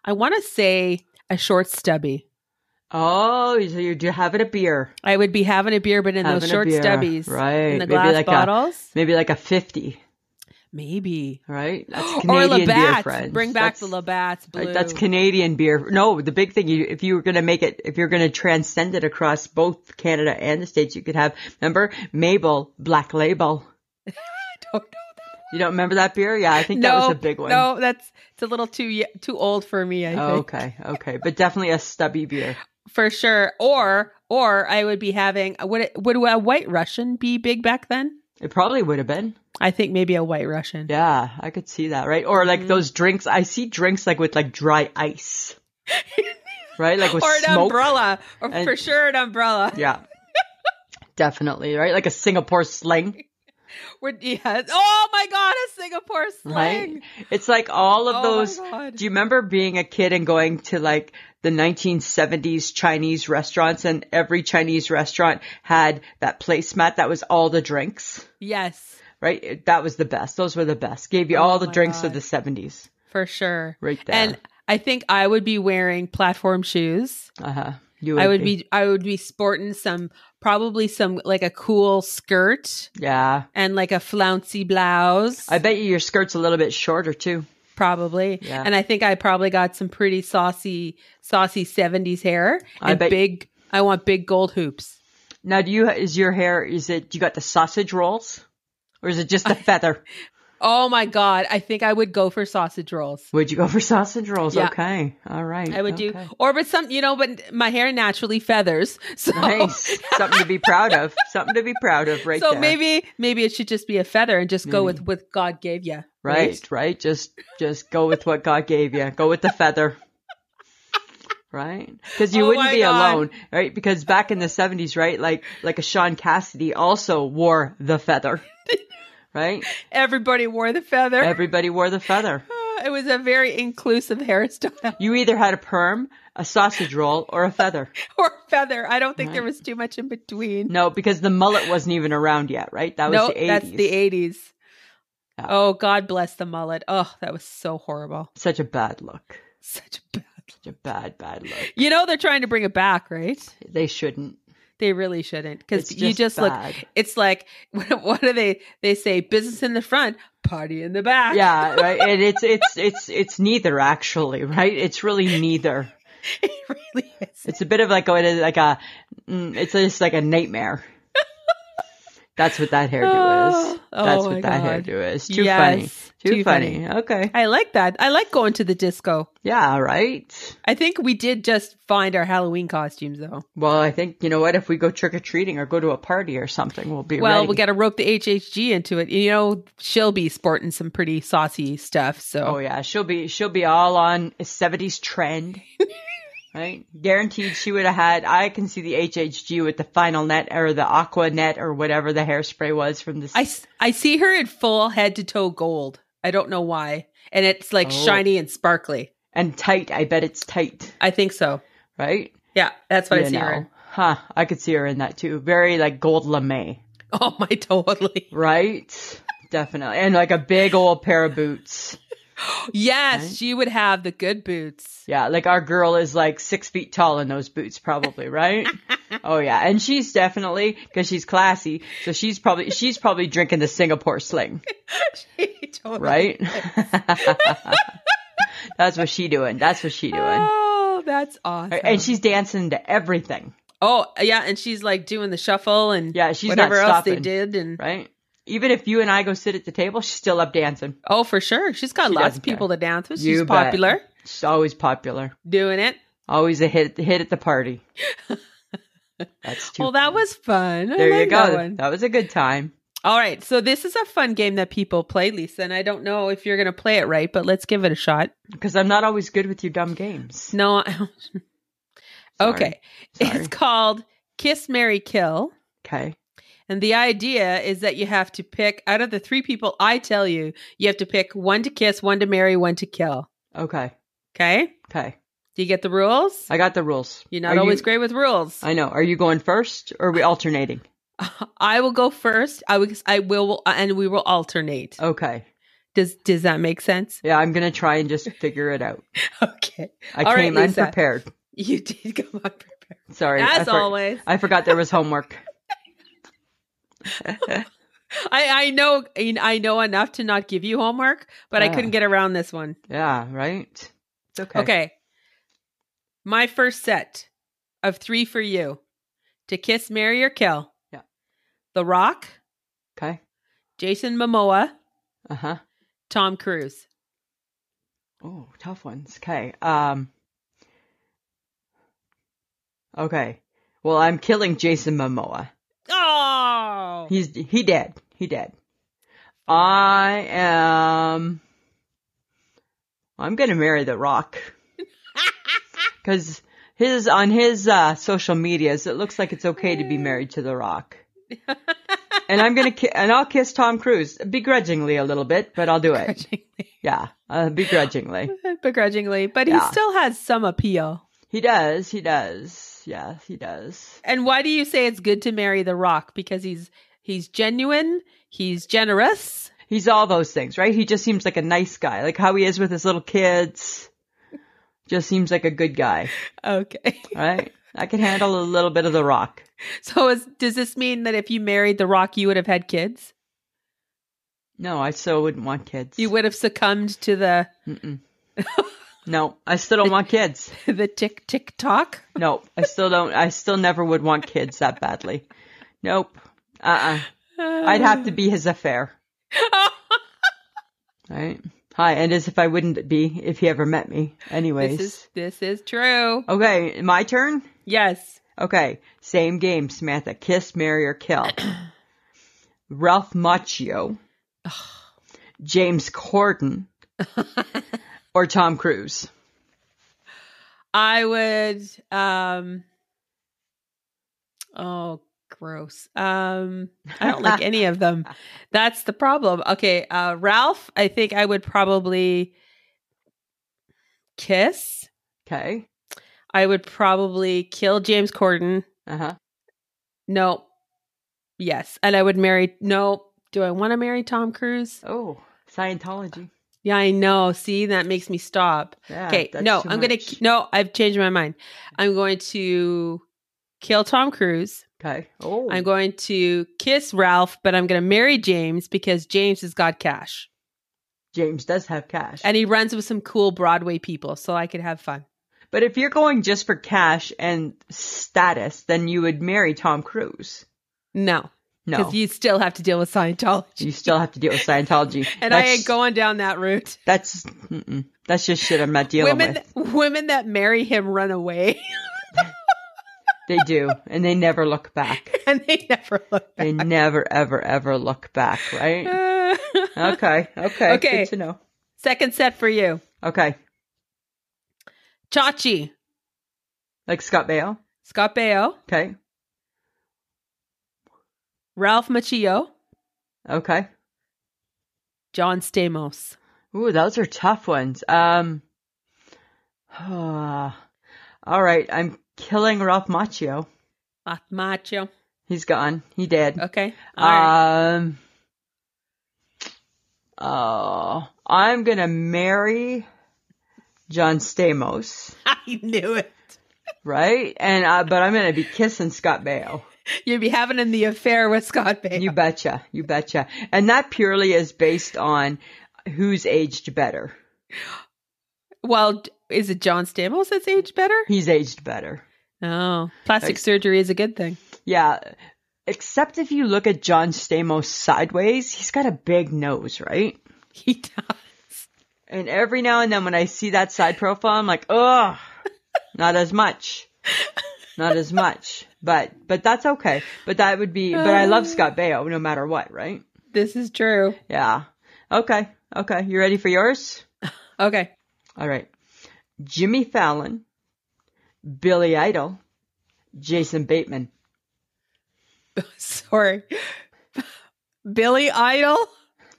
A: i want to say a short stubby
B: Oh, so you do have it a beer.
A: i would be having a beer but in
B: Having
A: those
B: a
A: short
B: beer.
A: stubbies
B: Right.
A: in the
B: Maybe
A: glass
B: like a-
A: bottles
B: Maybe like a fifty,
A: maybe
B: right? That's
A: or
B: Canadian beer
A: labatt's
B: friends.
A: bring back
B: That's-
A: the labatt's blue
B: Like, that's Canadian beer. No, the big thing, you, if you were going to make it, if you're going to transcend it across both Canada and the States, you could have, remember, Mabel, Black Label.
A: I don't know
B: You don't remember that beer? Yeah, I think that was a big one. Oh,
A: No, that's it's a little too y- too old for me. I think
B: Okay, okay. But definitely a stubby beer.
A: for sure. Or or I would be having would it, would a White Russian be big back then?
B: It probably would have been.
A: I think maybe a White Russian.
B: Yeah, I could see that, right? Or like those
A: Mm-hmm.
B: drinks. I see drinks like with like dry ice. right? Like with
A: or an
B: smoke.
A: umbrella, or
B: And-
A: for sure an umbrella.
B: Yeah. definitely, right? Like a Singapore sling.
A: We're, yes. Oh my God, a Singapore slang.
B: Right? It's like all of
A: Oh my
B: those.
A: God.
B: Do you remember being a kid and going to like the 1970s Chinese restaurants and every Chinese restaurant had that placemat that was all the drinks,
A: Yes,
B: right? It- That was the best. Those were the best. Gave you all the
A: Oh my
B: drinks of
A: God.
B: the 70s
A: for sure.
B: right there.
A: And I think I would be wearing platform shoes.
B: uh-huh. You
A: I would be I would be sporting some probably some like a cool skirt.
B: Yeah.
A: and like a flouncy blouse.
B: I bet you your skirt's a little bit shorter too.
A: probably.
B: Yeah.
A: And I think I probably got some pretty saucy, saucy 70s hair
B: I
A: and
B: bet-
A: big, I want big gold hoops.
B: Now, do you is your hair? Is it you got the sausage rolls, or is it just the feather?
A: Oh my god, I think I would go for sausage rolls.
B: Would you go for sausage rolls?
A: Yeah.
B: Okay, all right.
A: I would
B: okay.
A: do or but some you know, but my hair naturally feathers. So
B: Nice, something to be proud of. Something to be proud of, right
A: so
B: there. Mm.
A: maybe maybe it should just be a feather and just go with what God gave you.
B: right, right. Just just go with what God gave you. Go with the feather. Right, because you
A: Oh
B: wouldn't
A: my
B: be
A: God.
B: alone, right? Because back in the seventies, right, like like a Sean Cassidy also wore the feather, right?
A: Everybody wore the feather.
B: Everybody wore the feather.
A: Uh, it was a very inclusive hairstyle
B: You either had a perm, a sausage roll, or a feather.
A: or feather. I don't think there was too much in between.
B: No, because the mullet wasn't even around yet, right? That was
A: No,
B: the 80s.
A: that's the 80s.
B: Yeah.
A: Oh, God bless the mullet. Oh, that was so horrible.
B: Such a bad look.
A: Such a bad.
B: Such a bad, bad look.
A: You know they're trying to bring it back, right?
B: They shouldn't.
A: They really shouldn't because
B: It's
A: you just
B: just bad.
A: look. It's like what, what do they? They say business in the front, party in the back.
B: Yeah, right. And it's it's it's it's neither actually, right? It's really neither.
A: it really is.
B: It's a bit of like a like a mm, it's just like a nightmare. That's what that hairdo is.
A: Oh,
B: That's
A: oh
B: what
A: my
B: that
A: God.
B: hairdo is. Too
A: Yes,
B: funny. Too,
A: too
B: funny.
A: funny.
B: Okay.
A: I like that. I like going to the disco.
B: Yeah, right.
A: I think we did just find our Halloween costumes though.
B: Well, I think you know what if we go trick or treating or go to a party or something, we'll be
A: Well,
B: ready.
A: we got to rope the HHG into it. You know, she'll be sporting some pretty saucy stuff.
B: Oh
A: So
B: yeah, she'll be she'll be all on a seventies trend. right? Guaranteed she would have had I can see the HHG with the final net or the aqua net or whatever the hairspray was from the
A: I s I I, see her in full head to toe gold. I don't know why, and it's like
B: Oh.
A: shiny and sparkly.
B: and tight. I bet it's tight,
A: I think so.
B: right?
A: Yeah, that's what I
B: You
A: see her. in.
B: know. Huh. I could see her in that too. Very like gold lame,
A: Oh my, totally.
B: right? Definitely. And like a big old pair of boots.
A: Yes,
B: Right?
A: she would have the good boots.
B: Yeah, like our girl is like six feet tall in those boots, probably, right? oh yeah, and she's definitely because she's classy, so she's probably she's probably drinking the Singapore Sling,
A: Totally.
B: right? That's what she doing. That's what she doing.
A: Oh, that's awesome.
B: And she's dancing to everything,
A: oh yeah, and she's like doing the shuffle and
B: Yeah, she's not
A: whatever else they
B: stopping.
A: did and
B: right? Even if you and I go sit at the table, she's still up dancing.
A: Oh, for sure. She's got
B: She
A: lots
B: doesn't
A: of people to dance with.
B: You
A: She's
B: bet.
A: popular
B: She's always popular,
A: doing it.
B: always a hit hit at the party. That's too.
A: Well, that was fun. I
B: there you
A: like
B: go.
A: That one.
B: that was a good time.
A: All right. So this is a fun game that people play, Lisa, and I don't know if you're going to play it right, but let's give it a shot.
B: Because I'm not always good with your dumb games.
A: No. I-
B: Sorry.
A: okay.
B: Sorry.
A: It's called Kiss Mary Kill,
B: Okay.
A: and the idea is that you have to pick out of the 3 people I tell you, you have to pick one to kiss, one to marry, one to kill.
B: Okay.
A: Okay?
B: Okay.
A: Do you get the rules?
B: I got the rules.
A: You're not
B: Are
A: always
B: you-
A: great with rules.
B: I know. Are you going first or are we alternating?
A: I will go first. I will. I will, and we will alternate.
B: Okay.
A: Does Does that make sense?
B: Yeah, I'm going to try and just figure it out.
A: Okay,
B: I
A: All right,
B: came
A: Lisa.
B: unprepared.
A: you did come on prepared
B: Sorry. I
A: as
B: for-
A: always.
B: I forgot there was homework.
A: I I know I know enough to not give you homework, but I
B: Yeah.
A: couldn't get around this one.
B: Yeah, right? It's Ah. okay.
A: Okay. my first set of three for you: to kiss, marry, or kill.
B: Yeah.
A: The Rock,
B: Okay.
A: Jason Momoa,
B: Uh huh.
A: Tom Cruise.
B: Oh, tough ones. Okay. Um. Okay. Well, I'm killing Jason Momoa.
A: Oh,
B: He's he dead. He dead. I am. I'm gonna marry The Rock. Cause his on his uh, social medias, it looks like it's okay to be married to The Rock. and I'm gonna ki- and I'll kiss Tom Cruise begrudgingly a little bit, but I'll do it. Yeah, uh, begrudgingly.
A: begrudgingly, but he
B: Yeah.
A: still has some appeal.
B: He does. He does. Yes, he does.
A: And why do you say it's good to marry The Rock? Because he's he's genuine, he's generous.
B: He's all those things, right? He just seems like a nice guy, like how he is with his little kids. Just seems like a good guy.
A: Okay.
B: All right. I can handle a little bit of the rock.
A: So is, does this mean that if you married The Rock, you would have had kids?
B: No, I so wouldn't want kids.
A: You would have succumbed to the
B: Mm-mm. No, I still don't want kids.
A: the tick tick tock.
B: No, I still don't. I still never would want kids that badly. Nope. Uh uh-uh. uh. i would have to be his affair.
A: Oh,
B: Right? Hi, and as if I wouldn't be if he ever met me. Anyways.
A: this is this is true.
B: Okay, my turn?
A: Yes.
B: Okay, same game, Samantha. Kiss, marry, or kill. Ralph Macchio, James Corden, or Tom Cruise.
A: I would um oh gross. Um I don't like any of them. That's the problem. Okay, uh Ralph, I think I would probably kiss.
B: Okay.
A: I would probably kill James Corden.
B: Uh huh.
A: No. Yes. And I would marry no. Do I want to marry Tom Cruise?
B: Oh, Scientology.
A: Yeah, I know. See, that makes me stop.
B: Yeah,
A: Okay,
B: that's
A: no,
B: too
A: I'm going
B: much.
A: to no, I've changed my mind. I'm going to kill Tom Cruise.
B: Okay. Oh.
A: I'm going to kiss Ralph, but I'm going to marry James because James has got cash
B: James does have cash.
A: and he runs with some cool Broadway people, so I could have fun.
B: but if you're going just for cash and status, then you would marry Tom Cruise.
A: No,
B: No.
A: because you still have to deal with Scientology,
B: you still have to deal with Scientology.
A: and I
B: That's-
A: ain't going down that route.
B: That's mm-mm. that's just shit I'm not dealing
A: Women,
B: with.
A: women that marry him run away,
B: They do, and they never look back.
A: and they never look back.
B: They never, ever, ever look back, right?
A: Uh,
B: Okay, okay,
A: Okay.
B: good to know.
A: Second set for you,
B: Okay,
A: Chachi,
B: like Scott Baio.
A: Scott Baio,
B: Okay,
A: Ralph Macchio,
B: okay.
A: John Stamos.
B: Ooh, those are tough ones. Um, all right, I'm killing Ralph Macchio.
A: Ah, Macho.
B: He's gone. He dead.
A: Okay. All right.
B: Um. Oh, I'm gonna marry John Stamos,
A: I knew it.
B: right? And uh, but I'm gonna be kissing Scott Baio.
A: You'd be having in the affair with Scott Baio.
B: You betcha, you betcha. And that purely is based on who's aged better.
A: well, d- is it John Stamos that's aged better?
B: He's aged better.
A: Oh, plastic
B: Like-
A: surgery is a good thing.
B: Yeah. Except if you look at John Stamos sideways, he's got a big nose, right?
A: He does.
B: And every now and then when I see that side profile, I'm like, ugh, not as much. Not as much. But but that's okay. But that would be but I love Scott Baio no matter what, right?
A: This is true.
B: Yeah. Okay. Okay. You ready for yours?
A: Okay.
B: All right. Jimmy Fallon, Billy Idol, Jason Bateman.
A: Sorry. Billy Idol.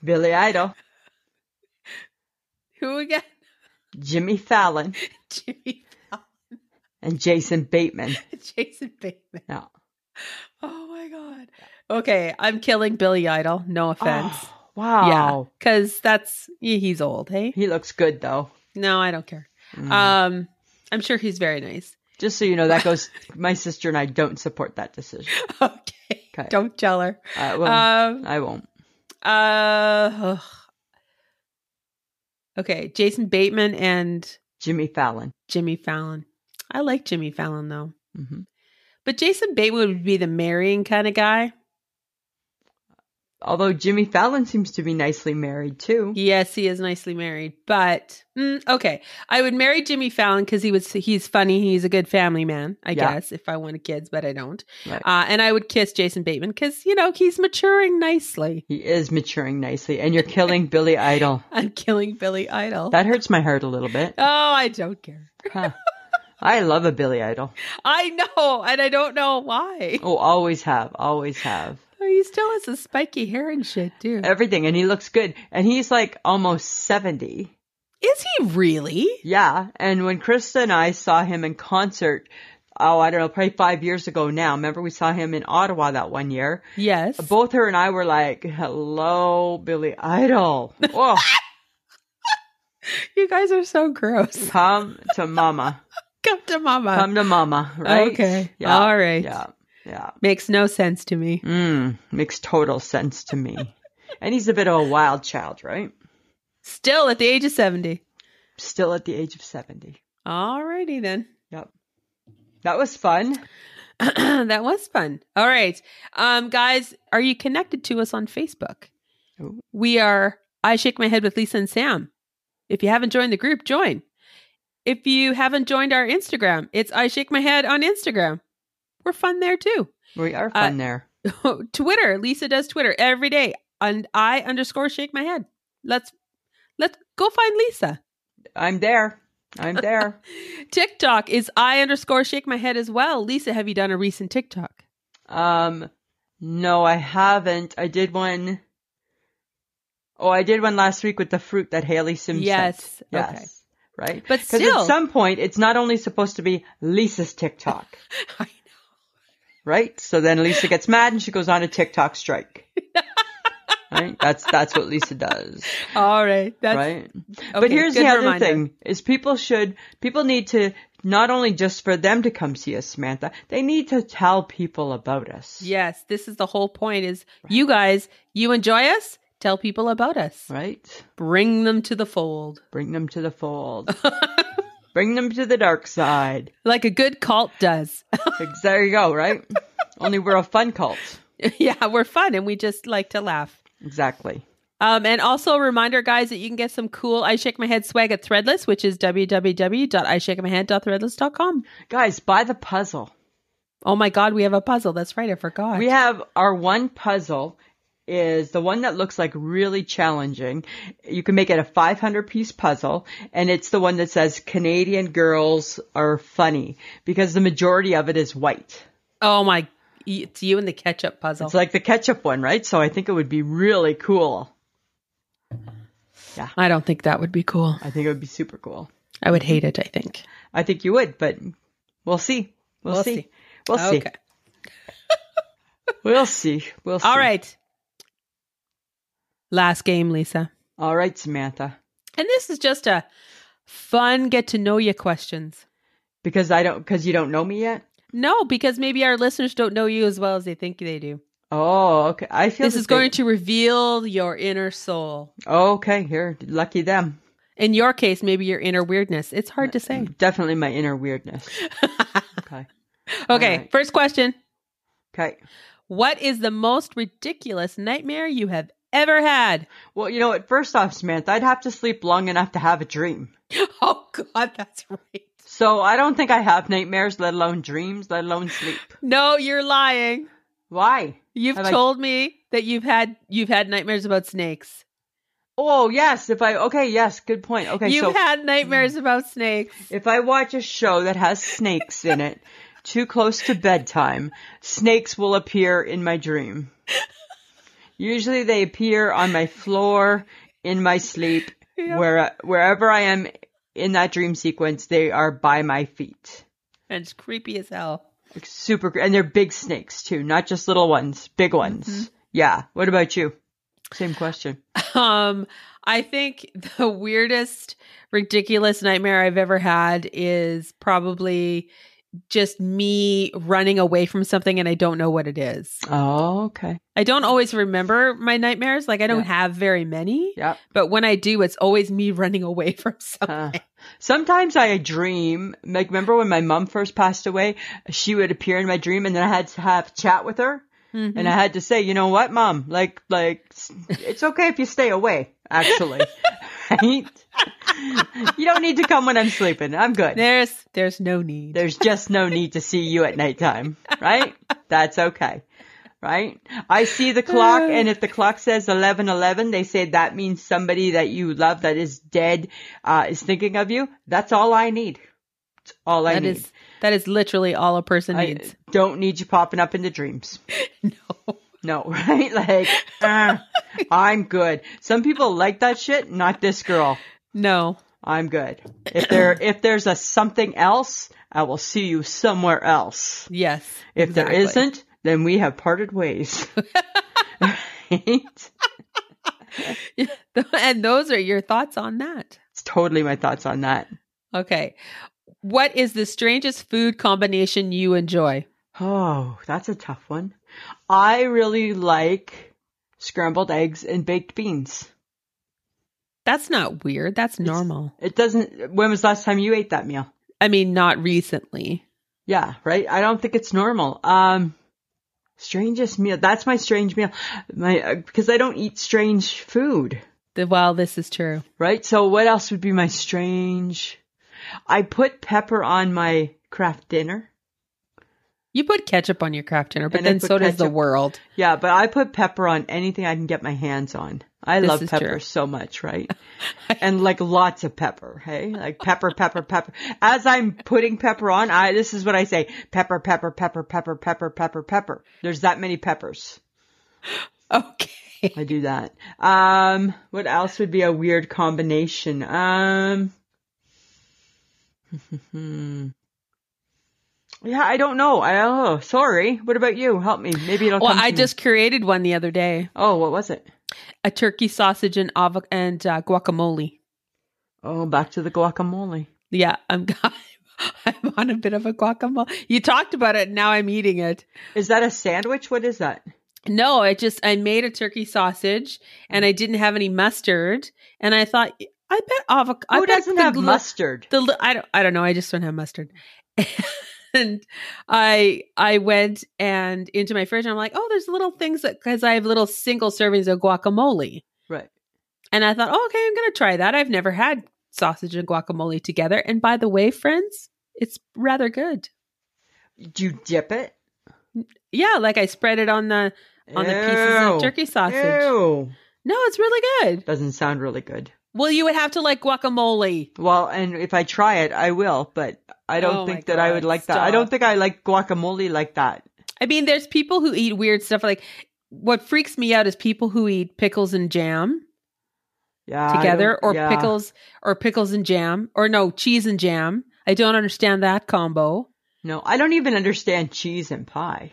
B: Billy Idol,
A: Who again?
B: Jimmy Fallon,
A: Jimmy Fallon,
B: and Jason Bateman.
A: Jason Bateman.
B: Now,
A: Oh my god. Okay, I'm killing Billy Idol. No offense.
B: Oh, wow.
A: Yeah, because that's he- he's old. Hey,
B: He looks good though.
A: no, I don't care.
B: Mm.
A: Um, I'm sure he's very nice.
B: Just so you know, that goes. my sister and I don't support that decision.
A: Okay,
B: Okay.
A: don't tell her.
B: Uh, well,
A: Um,
B: I won't.
A: uh, ugh. okay, Jason Bateman and
B: Jimmy Fallon.
A: Jimmy Fallon. I like Jimmy Fallon though,
B: hmm
A: but Jason Bateman would be the marrying kind of guy.
B: Although Jimmy Fallon seems to be nicely married too.
A: Yes, he is nicely married, but mm, okay, I would marry Jimmy Fallon because he was he's funny, he's a good family man, I
B: Yeah.
A: guess. If I wanted kids, but I don't.
B: Right.
A: Uh, and I would kiss Jason Bateman because you know he's maturing nicely.
B: He is maturing nicely, and you're killing Billy Idol.
A: I'm killing Billy Idol.
B: That hurts my heart a little bit.
A: oh, I don't care.
B: Huh. I love a Billy Idol.
A: I know, and I don't know why.
B: Oh, always have, always have.
A: He still has a spiky hair and shit, dude.
B: everything and he looks good and he's like almost 70
A: Is he really?
B: yeah and when krista and i saw him in concert oh i don't know probably five years ago now remember we saw him in ottawa that one year
A: Yes.
B: both her and i were like hello billy idol oh
A: You guys are so gross.
B: come to mama
A: Come to mama.
B: come to mama right
A: Okay.
B: yeah
A: All right.
B: yeah yeah
A: Makes no sense to me.
B: mm, makes total sense to me and he's a bit of a wild child right
A: Still at the age of 70.
B: still at the age of 70.
A: Alrighty then.
B: Yep. That was fun.
A: that was fun. All right. Um, guys, are you connected to us on Facebook?
B: Ooh.
A: We are I Shake My Head with Lisa and Sam. If you haven't joined the group, join. If you haven't joined our Instagram, it's I Shake My Head on Instagram. We're fun there too.
B: We
A: Uh,
B: are fun there.
A: Twitter, Lisa does Twitter every day. And I underscore shake my head. Let's let's go find Lisa.
B: I'm there. I'm there.
A: TikTok is I underscore shake my head as well. Lisa, have you done a recent TikTok?
B: Um, no, I haven't. I did one oh I did one last week with the fruit that Haley Sim sent.
A: Yes. Okay.
B: Yes. Right?
A: But
B: Because
A: still-
B: at some point, it's not only supposed to be Lisa's TikTok,
A: I
B: right? So then Lisa gets mad and she goes on a TikTok strike. right? That's that's what Lisa does.
A: know. All right. That's
B: right?
A: okay,
B: but here's
A: good
B: the other
A: reminder.
B: thing: is people should people need to not only just for them to come see us, Samantha. They need to tell people about us.
A: Yes, this is the whole point is you guys, you enjoy us, tell people about us.
B: Right?
A: Bring them to the fold.
B: Bring them to the fold. Bring them to the dark side.
A: Like a good cult does.
B: Ex- There you go. Right? only we're a fun cult.
A: yeah, we're fun and we just like to laugh.
B: Exactly.
A: Um, and also a reminder, guys, that you can get some cool I Shake My Head swag at Threadless, which is www.ishakemyhead.threadless.com.
B: Guys, buy the puzzle.
A: Oh my God, we have a puzzle. That's right. I forgot.
B: We have our one puzzle is the one that looks like really challenging. You can make it a 500 piece puzzle and it's the one that says Canadian girls are funny because the majority of it is white.
A: oh my, it's you and the ketchup puzzle.
B: It's like the ketchup one, right? So I think it would be really cool.
A: I don't think that would be cool.
B: I think it would be super cool.
A: I would hate it, I think.
B: I think you would, but we'll see. We'll,
A: We'll
B: see.
A: see.
B: We'll see.
A: okay.
B: We'll see. We'll see.
A: All right. Last game, Lisa.
B: All right, Samantha.
A: And this is just a fun get to know you questions.
B: Because I don't, because you don't know me yet.
A: No, because maybe our listeners don't know you as well as they think they do.
B: Oh, okay. I feel
A: This
B: that
A: is
B: they-
A: going to reveal your inner soul.
B: Okay, here, lucky them.
A: In your case, maybe your inner weirdness. It's hard to say.
B: Definitely my inner weirdness. Okay.
A: Okay,
B: right.
A: first question.
B: Okay.
A: What is the most ridiculous nightmare you have ever had?
B: Well, you know what? First off, Samantha, I'd have to sleep long enough to have a dream.
A: Oh, God, that's right.
B: So I don't think I have nightmares, let alone dreams, let alone sleep.
A: No, you're lying.
B: Why?
A: You've
B: I like-
A: told me that you've had you've had nightmares about snakes.
B: Oh, yes. If I, okay, yes, good point. Okay,
A: You've
B: so Mm.
A: had nightmares about snakes.
B: if I watch a show that has snakes in it too close to bedtime, snakes will appear in my dream. Usually they appear on my floor, in my sleep,
A: Yeah.
B: where wherever I am in that dream sequence, they are by my feet.
A: And it's creepy as hell.
B: Like super, cre- and they're big snakes too, not just little ones, big ones. Yeah. What about you? Same question.
A: Um, I think the weirdest, ridiculous nightmare I've ever had is probably just me running away from something and I don't know what it is.
B: Oh, okay.
A: I don't always remember my nightmares. Like I don't
B: Yeah.
A: have very many,
B: Yep.
A: but when I do, it's always me running away from something.
B: Uh, sometimes I dream. Like, remember when my mom first passed away? She would appear in my dream, and then I had to have a chat with her,
A: Mhm.
B: and I had to say, you know what, mom? Like, like s- it's okay if you stay away. Actually, right? you don't need to come when I'm sleeping. I'm good.
A: There's there's no need.
B: There's just no need to see you at nighttime, right? That's okay, right? I see the clock, and if the clock says eleven eleven, they say that means somebody that you love that is dead uh, is thinking of you. That's all I need. It's all I
A: That
B: need.
A: is that is literally all a person
B: I
A: needs.
B: don't need you popping up into dreams.
A: No.
B: No, right? Like, uh, I'm good. Some people like that shit. Not this girl.
A: No.
B: I'm good. If there if there's a something else, I will see you somewhere else.
A: Yes.
B: If
A: exactly.
B: there isn't, then we have parted ways. Right?
A: and those are your thoughts on that.
B: It's totally my thoughts on that.
A: Okay. What is the strangest food combination you enjoy?
B: Oh, that's a tough one. I really like scrambled eggs and baked beans.
A: That's not weird. That's normal.
B: It doesn't. When was the last time you ate that meal?
A: I mean, not recently.
B: Yeah, right. I don't think it's normal. Um, strangest meal. That's my strange meal. My uh, because I don't eat strange food,
A: The- Well, this is true.
B: right? So what else would be my strange? I put pepper on my craft dinner.
A: You put ketchup on your craft dinner, but
B: And I
A: then
B: put
A: so does the
B: ketchup.
A: world.
B: Yeah, but I put pepper on anything I can get my hands on. I
A: This
B: love
A: is
B: pepper
A: true.
B: so much, right? and like lots of pepper, hey? Like pepper, pepper, pepper. As I'm putting pepper on, I this is what I say: pepper, pepper, pepper, pepper, pepper, pepper, pepper. There's that many peppers.
A: Okay.
B: I do that. Um, what else would be a weird combination? Um, yeah, I don't know. I oh, sorry. What about you? Help me. Maybe it'll.
A: Well,
B: come to
A: I
B: me.
A: just created one the other day
B: Oh, what was it?
A: a turkey sausage and, avo- and uh, guacamole.
B: Oh, back to the guacamole.
A: Yeah, I'm, I'm on a bit of a guacamole. You talked about it. Now I'm eating it.
B: Is that a sandwich? What is that?
A: No, I just I made a turkey sausage
B: Mm.
A: and I didn't have any mustard and I thought I bet avocado. I
B: Who
A: bet
B: doesn't
A: the
B: have
A: gl-
B: mustard?
A: The li- I don't I don't know. I just don't have mustard. and I I went and into my fridge and I'm like, oh, there's little things that because I have little single servings of guacamole
B: Right.
A: and I thought, oh, okay, I'm gonna try that. I've never had sausage and guacamole together. And by the way, friends, it's rather good.
B: Do you dip it
A: Yeah, like I spread it on the on the pieces
B: Ew.
A: of turkey sausage.
B: Ew.
A: No, it's really good.
B: Doesn't sound really good.
A: Well, you would have to like guacamole.
B: Well, and if I try it, I will, but I don't
A: Oh my
B: think that I would
A: God,
B: like that. I don't
A: stop.
B: think I like guacamole like that.
A: I mean, there's people who eat weird stuff. Like, what freaks me out is people who eat pickles and jam
B: Yeah. I
A: together,
B: don't-
A: or
B: yeah.
A: pickles, or pickles and jam, or no cheese and jam. I don't understand that combo.
B: No, I don't even understand cheese and pie.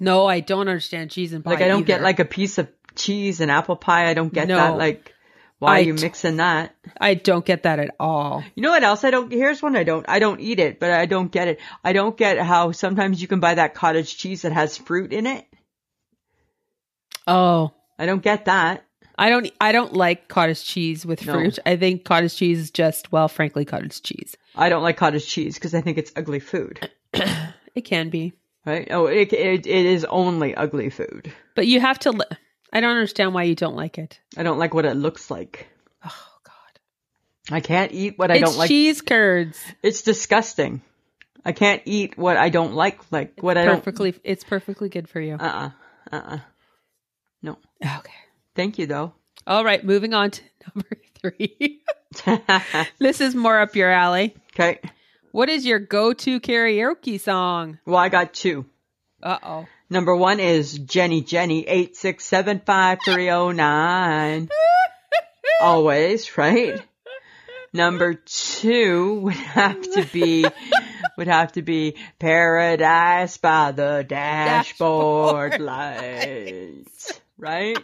A: No, I don't understand cheese and pie.
B: Like I don't get
A: either.
B: like a piece of cheese and apple pie. I don't get
A: No.
B: that. Like why
A: I
B: are you
A: t-
B: mixing that?
A: I don't get that at all.
B: You know what else I don't? Here's one I don't. I don't eat it, but I don't get it. I don't get how sometimes you can buy that cottage cheese that has fruit in it.
A: Oh,
B: I don't get that.
A: I don't. I don't like cottage cheese with
B: No.
A: fruit. I think cottage cheese is just well, frankly, cottage cheese.
B: I don't like cottage cheese because I think it's ugly food.
A: It can be,
B: Right? Oh, it it, it is only ugly food.
A: but you have to. Li- I don't understand why you don't like it.
B: I don't like what it looks like.
A: Oh God.
B: I can't eat what I
A: it's
B: don't like.
A: cheese curds.
B: It's disgusting. I can't eat what I don't like. Like what I don't.
A: perfectly, it's perfectly good for you.
B: Uh uh-uh, uh. No.
A: okay.
B: Thank you though.
A: All right. Moving on to number three. this is more up your alley.
B: okay.
A: What is your go-to karaoke song?
B: Well, I got two.
A: Uh oh.
B: Number one is Jenny Jenny eight six seven five three zero nine. Always right. Number two would have to be would have to be Paradise by the Dashboard,
A: Dashboard
B: Lights, right?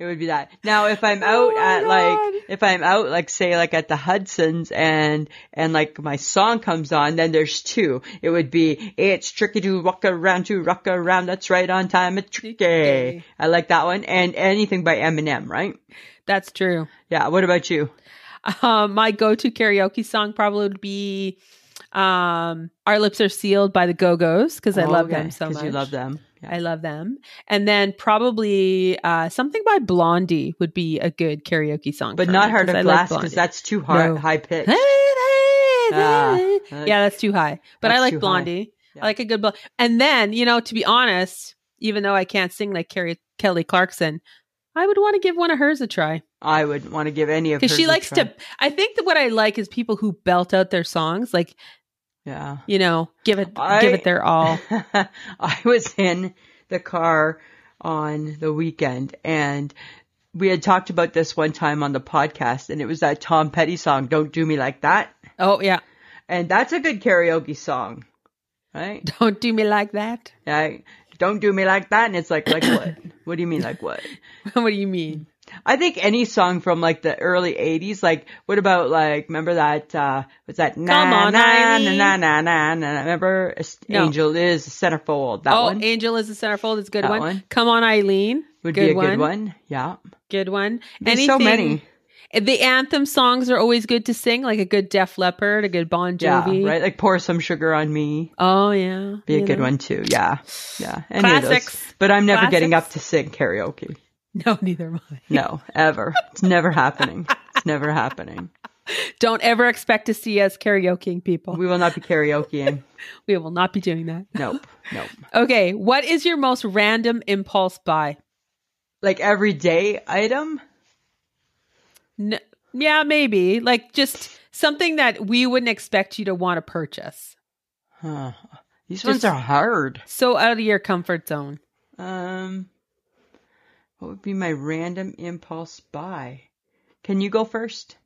B: It would be that. Now, if I'm out
A: Oh my
B: at
A: God.
B: like, if I'm out like, say like at the Hudson's and, and like my song comes on, then there's two. It would be, it's tricky to rock around, to rock around. That's right on time. It's tricky.
A: Tricky.
B: I like that one. And anything by Eminem, right?
A: That's true.
B: Yeah. What about you?
A: Um, my go-to karaoke song probably would be um, "Our Lips Are Sealed" by the Go Go's because I love them so much.
B: Because Oh, you love them. Yeah.
A: I love them. And then probably uh, something by Blondie would be a good karaoke song,
B: But
A: for
B: not
A: me,
B: hard
A: 'cause I
B: of
A: like
B: glass because
A: Blondie.
B: that's too hard,
A: No.
B: high pitched.
A: yeah,
B: Ah,
A: that's too high. But I
B: that's too
A: like
B: high.
A: Blondie.
B: Yeah.
A: I like a good blonde. And then, you know, to be honest, even though I can't sing like Carrie, Kelly Clarkson, I would want to give one of hers a try
B: I wouldn't want to give any of
A: because she
B: hers a
A: likes
B: try.
A: to. I think that what I like is people who belt out their songs, like
B: Yeah.
A: you know, give it,
B: I-
A: give it their all.
B: I was in the car on the weekend and we had talked about this one time on the podcast and it was that Tom Petty song, Don't Do Me Like That.
A: oh yeah,
B: And that's a good karaoke song, right?
A: don't do me like that.
B: Like, Don't do me like that. And it's like, like what? What do you mean, like what?
A: what do you mean?
B: I think any song from like the early '80s, like what about like remember that uh was that
A: Come on,
B: na
A: Ivy.
B: na na na na na remember S-
A: No.
B: Angel is the centerfold that
A: oh,
B: one
A: Angel is the centerfold. It's a good
B: That
A: one.
B: one.
A: Come on, Eileen.
B: would
A: good
B: be a
A: one.
B: good one yeah
A: Good one.
B: there's so many
A: The anthem songs are always good to sing, like a good Def Leppard, a good Bon
B: yeah
A: Jovi.
B: right like pour some sugar on me
A: Oh yeah,
B: be a
A: you
B: good
A: know.
B: one too yeah yeah any of
A: Classics.
B: those but I'm never getting up
A: Classics.
B: to sing karaoke
A: No, neither am I.
B: no ever it's never happening it's never happening
A: Don't ever expect to see us karaokeing people.
B: we will not be karaokeing
A: We will not be doing that.
B: nope nope
A: Okay, what is your most random impulse buy?
B: like everyday item
A: N- yeah, maybe like just something that we wouldn't expect you to want to purchase.
B: Huh. These
A: Just-
B: ones are hard.
A: So out of your comfort zone.
B: Um, what would be my random impulse buy? Can you go first?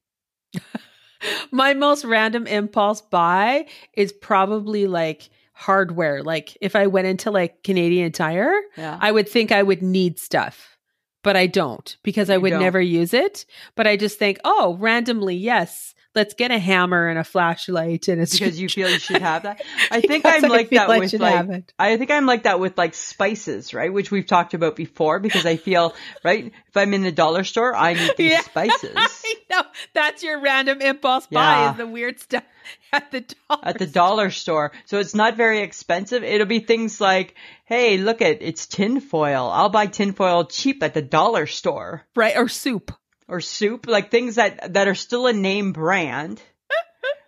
A: My most random impulse buy is probably like hardware. Like if I went into like Canadian Tire,
B: Yeah.
A: I would think I would need stuff, but I don't because I
B: You
A: would
B: don't.
A: never use it. But I just think, oh, randomly, yes, let's get a hammer and a flashlight and a
B: because you
A: screw-
B: feel you should have that. I think
A: Because
B: I'm like
A: feel
B: that
A: I
B: with
A: should
B: like
A: have it.
B: I think I'm like that with like spices, right? Which we've talked about before because I feel right if I'm in the dollar store, I need these
A: Yeah.
B: spices.
A: I know that's your random impulse buy
B: Yeah.
A: is the weird stuff at the dollar.
B: At the dollar store. So it's not very expensive. It'll be things like, hey, look at it's tinfoil. I'll buy tinfoil cheap at the dollar store.
A: right or soup.
B: or soup, like things that that are still a name brand,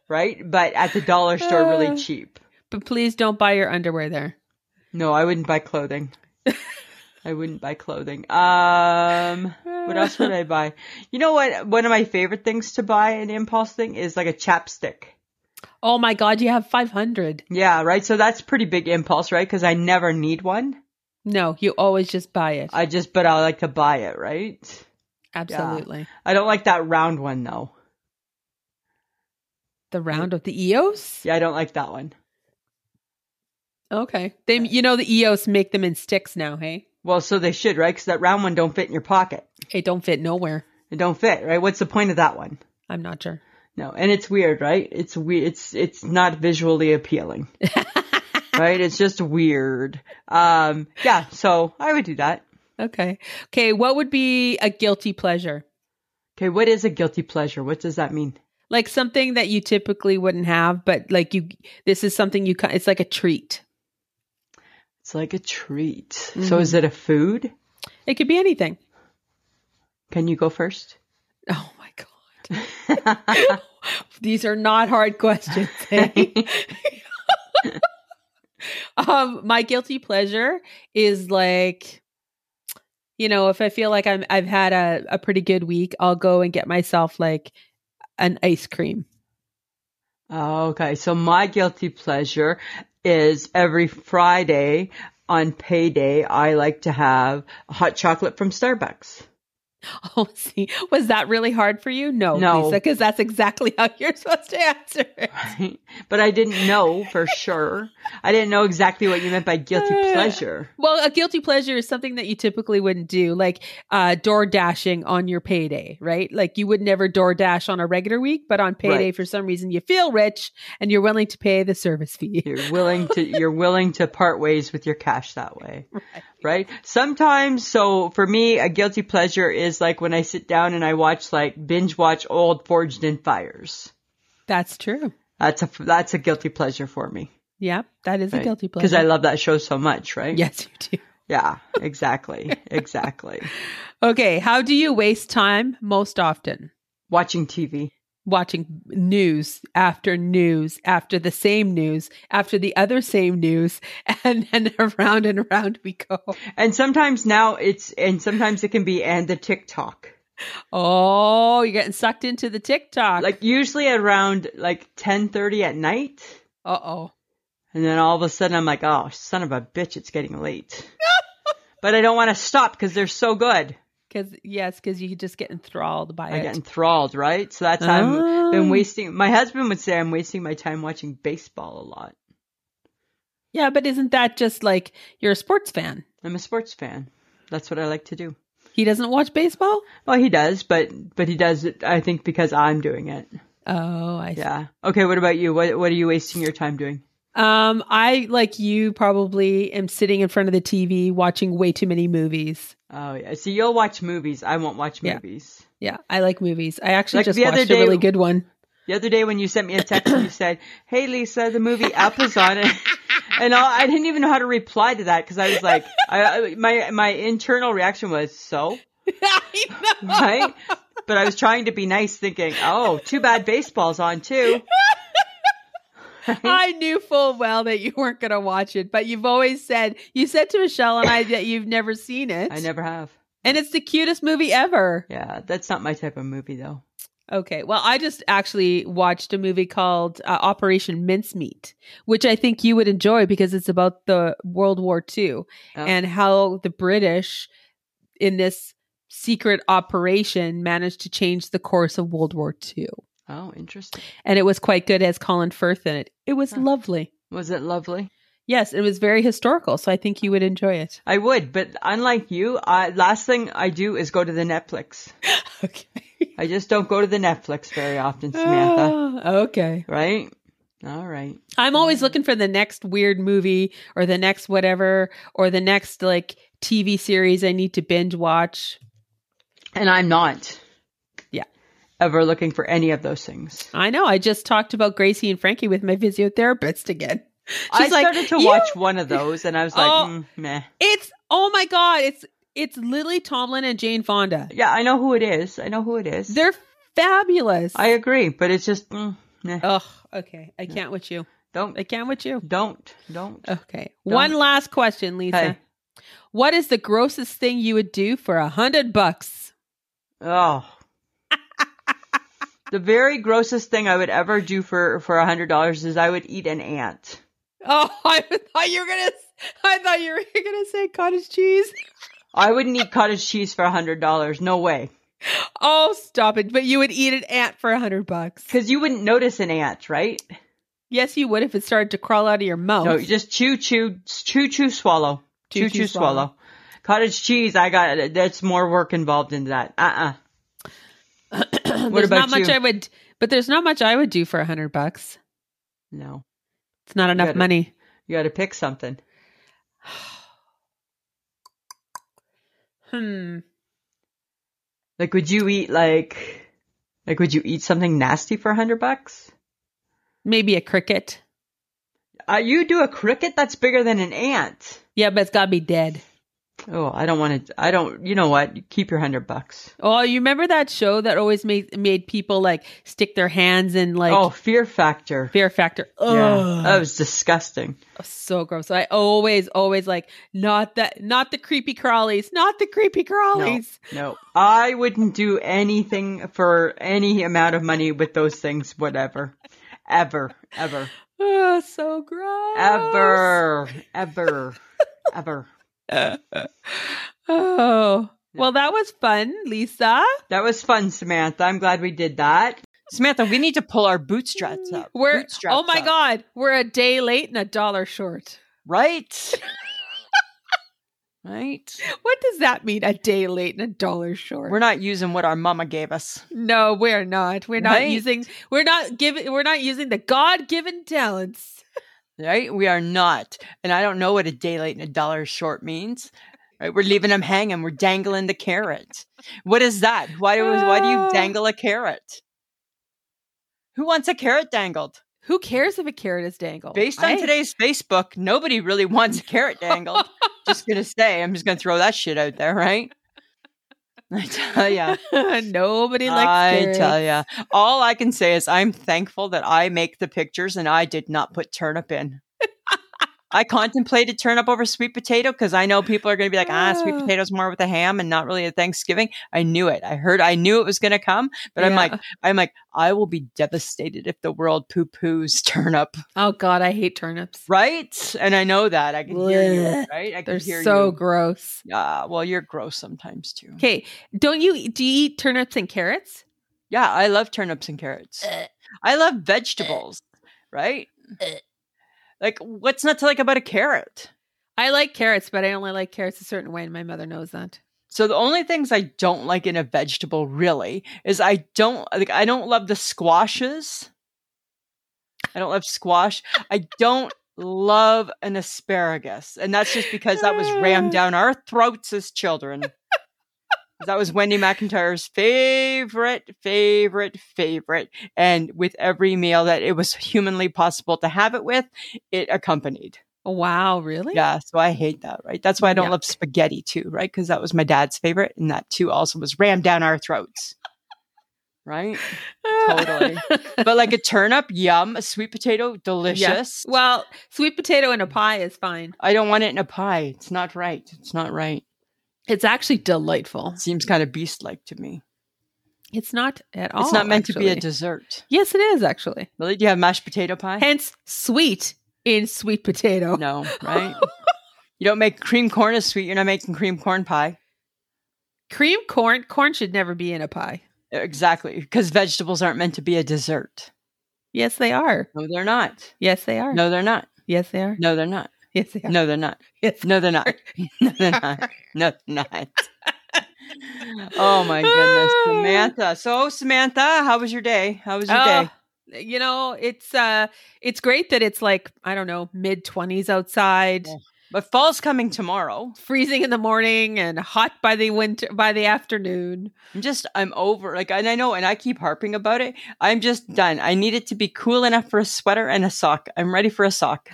B: right? But at the dollar store,
A: Uh.
B: really cheap.
A: But please don't buy your underwear there.
B: No, I wouldn't buy clothing. I wouldn't buy clothing. Um, what else would I buy? You know what? One of my favorite things to buy, an impulse thing, is like a chapstick.
A: Oh my god, you have 500.
B: Yeah, right. So that's pretty big impulse, right? Because I never need one.
A: No, you always just buy it.
B: I just, but I like to buy it, right?
A: Absolutely.
B: I don't like that round one though.
A: The round of the EOS?
B: Yeah, I don't like that one.
A: Okay. They you know the EOS make them in sticks now, hey?
B: Well, so they should, right? Because that round one don't fit in your pocket.
A: It don't fit nowhere.
B: It don't fit, right? What's the point of that one?
A: I'm not sure.
B: No, and it's weird, right? It's weird. It's it's not visually appealing, right? It's just weird. Um, yeah. So I would do that.
A: Okay. Okay, what would be a guilty pleasure?
B: Okay, what is a guilty pleasure? What does that mean?
A: Like something that you typically wouldn't have, but like you this is something you ca- it's like a treat.
B: It's like a treat. So is it a food?
A: It could be anything.
B: Can you go first?
A: Oh my god. These are not hard questions. eh? um my guilty pleasure is like you know, if I feel like I'm I've had a, a pretty good week, I'll go and get myself like an ice cream.
B: Okay, so my guilty pleasure is every Friday on payday, I like to have hot chocolate from Starbucks.
A: Oh, see, was that really hard for you? No,
B: No.
A: because that's exactly how you're supposed to answer. it.
B: but I didn't know for sure. I didn't know exactly what you meant by guilty
A: Uh,
B: pleasure.
A: Well, a guilty pleasure is something that you typically wouldn't do, like uh, door dashing on your payday, right? Like you would never door dash on a regular week, but on payday,
B: Right.
A: for some reason, you feel rich and you're willing to pay the service fee.
B: You're willing to you're willing to part ways with your cash that way. Right? Sometimes so for me a guilty pleasure is like when I sit down and I watch like binge watch old Forged in Fires.
A: That's true.
B: That's a that's a guilty pleasure for me.
A: Yeah, that is a guilty pleasure.
B: Because I love that show so much, right?
A: yes, you do.
B: Yeah, exactly. exactly.
A: Okay, how do you waste time most often?
B: Watching TV.
A: watching news after news after the same news after the other same news and then around and around we go
B: And sometimes now it's and sometimes it can be and the TikTok.
A: oh you're getting sucked into the tiktok
B: like usually around like 10:30 at night
A: uh-oh
B: and then all of a sudden I'm like oh son of a bitch it's getting late but I don't want to stop cuz they're so good
A: because yes because you just get enthralled by
B: I
A: it
B: get enthralled right so that's how I've been wasting my husband would say I'm wasting my time watching baseball a lot
A: yeah but isn't that just like you're a sports fan
B: I'm a sports fan that's what I like to do
A: He doesn't watch baseball?
B: Well, he does, but but he does it. I think because I'm doing it.
A: Oh, I see.
B: Yeah. Okay. What about you? What What are you wasting your time doing?
A: Um, I like you probably am sitting in front of the TV watching way too many movies.
B: Oh yeah. See, you'll watch movies. I won't watch
A: Yeah.
B: movies.
A: Yeah, I like movies. I actually
B: Like
A: just
B: the
A: watched
B: other day-
A: a really good one.
B: The other day when you sent me a text, you said, "Hey Lisa, the movie Up is on it," and I I didn't even know how to reply to that because I was like, I, I- my my internal reaction was so
A: I know.
B: right, but I was trying to be nice, thinking, "Oh, too bad baseball's on too." Hmm?
A: I knew full well that you weren't going to watch it, but you've always said you said to Michelle and I that you've never seen it,
B: I never have.
A: and it's the cutest movie ever.
B: Yeah, that's not my type of movie though.
A: Okay, well, I just actually watched a movie called uh, Operation Mincemeat, which I think you would enjoy because it's about the World War II
B: Oh.
A: and how the British in this secret operation managed to change the course of World War II.
B: Oh, interesting.
A: And it was quite good as Colin Firth in it. It was
B: Huh.
A: lovely.
B: Was it lovely?
A: Yes, it was very historical, so I think you would enjoy it.
B: I would, but unlike you, I, last thing I do is go to the Netflix.
A: okay.
B: I just don't go to the Netflix very often, Samantha.
A: Ah, okay.
B: right? All right.
A: I'm always looking for the next weird movie or the next whatever or the next like TV series I need to binge watch.
B: And I'm not.
A: Yeah.
B: Ever looking for any of those things.
A: I know. I just talked about Gracie and Frankie with my physiotherapist again. She's
B: I
A: like,
B: started to
A: "You-
B: watch one of those and I was like,
A: Oh.
B: mm, meh.
A: It's oh my god! It's it's Lily Tomlin and Jane Fonda.
B: Yeah, I know who it is. I know who it is.
A: They're fabulous.
B: I agree, but it's just, mm, meh.
A: Ugh. Okay. I can't with you.
B: Don't,
A: I can't with you.
B: don't, don't.
A: Okay. One last question, Lisa.
B: Hey.
A: What is the grossest thing you would do for a hundred bucks?
B: Oh. the very grossest thing I would ever do for, for a hundred dollars is I would eat an ant.
A: Oh, I thought you were gonna. I thought you were gonna say cottage cheese.
B: I wouldn't eat cottage cheese for a hundred dollars. No way.
A: Oh, stop it! But you would eat an ant for a hundred bucks.
B: Cause you wouldn't notice an ant, right?
A: Yes, you would if it started to crawl out of your mouth.
B: No, you just chew, chew, chew, chew, swallow. Oh. Chew, chew, swallow. Cottage cheese, I got, that's more work involved in that. Uh-uh.
A: there's
B: about
A: not much
B: you?
A: I would, but there's not much I would do for a hundred bucks.
B: No.
A: It's not enough
B: gotta-
A: money.
B: You gotta pick something.
A: Hmm.
B: Like, would you eat like, like, would you eat something nasty for a hundred bucks?
A: Maybe a cricket.
B: Uh, you do a cricket that's bigger than an ant.
A: Yeah, but it's gotta be dead.
B: Oh, I don't want to. I don't. You know what? Keep your hundred bucks.
A: Oh, you remember that show that always made made people like stick their hands in like
B: oh, Fear Factor.
A: Fear Factor. Oh,
B: Yeah, that was disgusting.
A: so gross. So I always, always like not that, not the creepy crawlies, not the creepy crawlies.
B: No, I wouldn't do anything for any amount of money with those things. Whatever, ever, ever,
A: Oh, so gross.
B: ever, ever, ever.
A: Oh, well, that was fun, Lisa.
B: That was fun, Samantha. I'm glad we did that. Samantha, we need to pull our bootstraps up.
A: We're
C: Bootstraps
A: oh my
C: up.
A: god, we're a day late and a dollar short.
C: Right. right.
A: What does that mean? A day late and a dollar short?
C: We're not using what our mama gave us.
A: no, we're not. We're not
C: Right.
A: using. We're not giving. We're not using the God-given talents.
C: Right? We are not. And I don't know what a day late and a dollar short means. Right? We're leaving them hanging. We're dangling the carrot. What is that? Why do why do
A: Ah.
C: you dangle a carrot? Who wants a carrot dangled?
A: Who cares if a carrot is dangled?
C: Based on
A: I-
C: today's Facebook, nobody really wants a carrot dangled. just gonna say, I'm just gonna throw that shit out there, right? I tell ya.
A: Nobody likes
C: I
A: carrots.
C: tell ya, all I can say is I'm thankful that I make the pictures and I did not put turnip in. I contemplated turnip over sweet potato because I know people are going to be like, ah, sweet
A: Ah.
C: potatoes more with a ham and not really a Thanksgiving. I knew it. I heard, I knew it was going to come, but I'm
A: Yeah.
C: like, I'm like, I will be devastated if the world poo poos turnip,
A: Oh God, I hate turnips.
C: right? And I know that I can hear you,
A: Blech.
C: right? I can
A: They're
C: hear
A: so
C: you.
A: gross.
C: Yeah, well, you're gross sometimes too.
A: Okay, don't you do you eat turnips and carrots?
C: Yeah, I love turnips and carrots.
A: Uh.
C: I love vegetables, right?
A: Uh.
C: Like, what's not to like about a carrot?
A: I like carrots, but I only like carrots a certain way, and my mother knows that.
B: So the only things I don't like in a vegetable really is I don't like I don't love the squashes. I don't love squash. I don't love an asparagus. And that's just because that was rammed down our throats as children. that was Wendy McIntyre's favorite, favorite, favorite. And with every meal that it was humanly possible to have it with, it accompanied.
A: Oh, wow, really?
B: Yeah, so I hate that, right? That's why I don't love spaghetti too, right? Because that was my dad's favorite, and that too also was rammed down our throats, right? Totally. But like a turnip, yum. A sweet potato, delicious.
A: Well, sweet potato in a pie is fine.
B: I don't want it in a pie. It's not right. It's not right.
A: It's actually delightful.
B: seems kind of beast-like to me.
A: It's not at all.
B: it's not meant to
A: Oh,
B: be a
A: actually.
B: dessert.
A: yes, it is actually.
B: Really? Do you have mashed potato pie?
A: Hence, sweet in sweet potato.
B: No, right? you don't make cream corn as sweet. You're not making cream corn pie.
A: Cream corn. Corn should never be in a pie.
B: E, Exactly, because vegetables aren't meant to be a dessert.
A: Yes, they are.
B: No, they're not.
A: Yes, they are.
B: No, they're not.
A: Yes, they are.
B: No, they're not.
A: Yes, they are.
B: No, they're not.
A: Yes.
B: No, they're not. No, they're not. No, they're not. Oh my goodness, Samantha. So, Samantha, how was your day? How was your
A: Oh,
B: day?
A: you know, it's uh it's great that it's like, I don't know, mid 20s outside,
B: Yeah. But fall's coming tomorrow.
A: freezing in the morning and hot by the winter by the afternoon.
B: I'm just, I'm over. Like, and I know, and I keep harping about it. I'm just done. I need it to be cool enough for a sweater and a sock. I'm ready for a sock.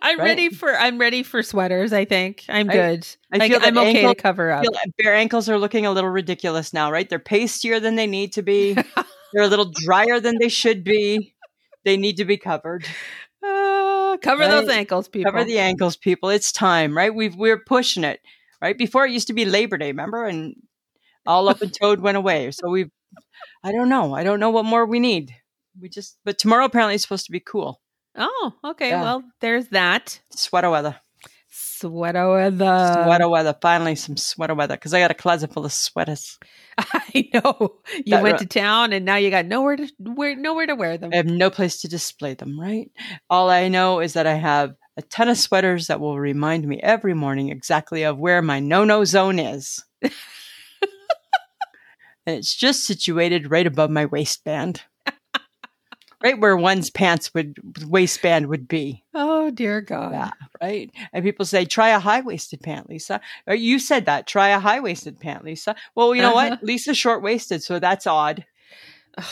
A: I'm
B: Right.
A: ready for I'm ready for sweaters, I think. I'm
B: I-
A: good.
B: I
A: like
B: feel that
A: I'm okay
B: ankle-
A: to cover up.
B: feel that bare ankles are looking a little ridiculous now, right? They're pastier than they need to be. They're a little drier than they should be. They need to be covered.
A: Uh, cover those
B: Right.
A: ankles, people.
B: Cover the ankles, people. It's time, right? We've we're pushing it, right? Before it used to be Labor Day, remember? And all up and toad went away. So we've I don't know. I don't know what more we need. We just but tomorrow apparently is supposed to be cool.
A: oh, okay.
B: Yeah.
A: Well, there's that.
B: Sweater weather.
A: Sweater weather.
B: sweater weather. Finally some sweater weather. Because I got a closet full of sweaters.
A: I know. You
B: That
A: went to
B: ru-
A: town and now you got nowhere to wear nowhere to wear them.
B: I have no place to display them, right? All I know is that I have a ton of sweaters that will remind me every morning exactly of where my no no zone is. and it's just situated right above my waistband, right where one's pants would, waistband would be.
A: Oh dear God.
B: Yeah, right. And people say, try a high waisted pant, Lisa. Or you said that, try a high waisted pant, Lisa. Well, you know
A: Uh-huh.
B: what? Lisa's short waisted, so that's odd.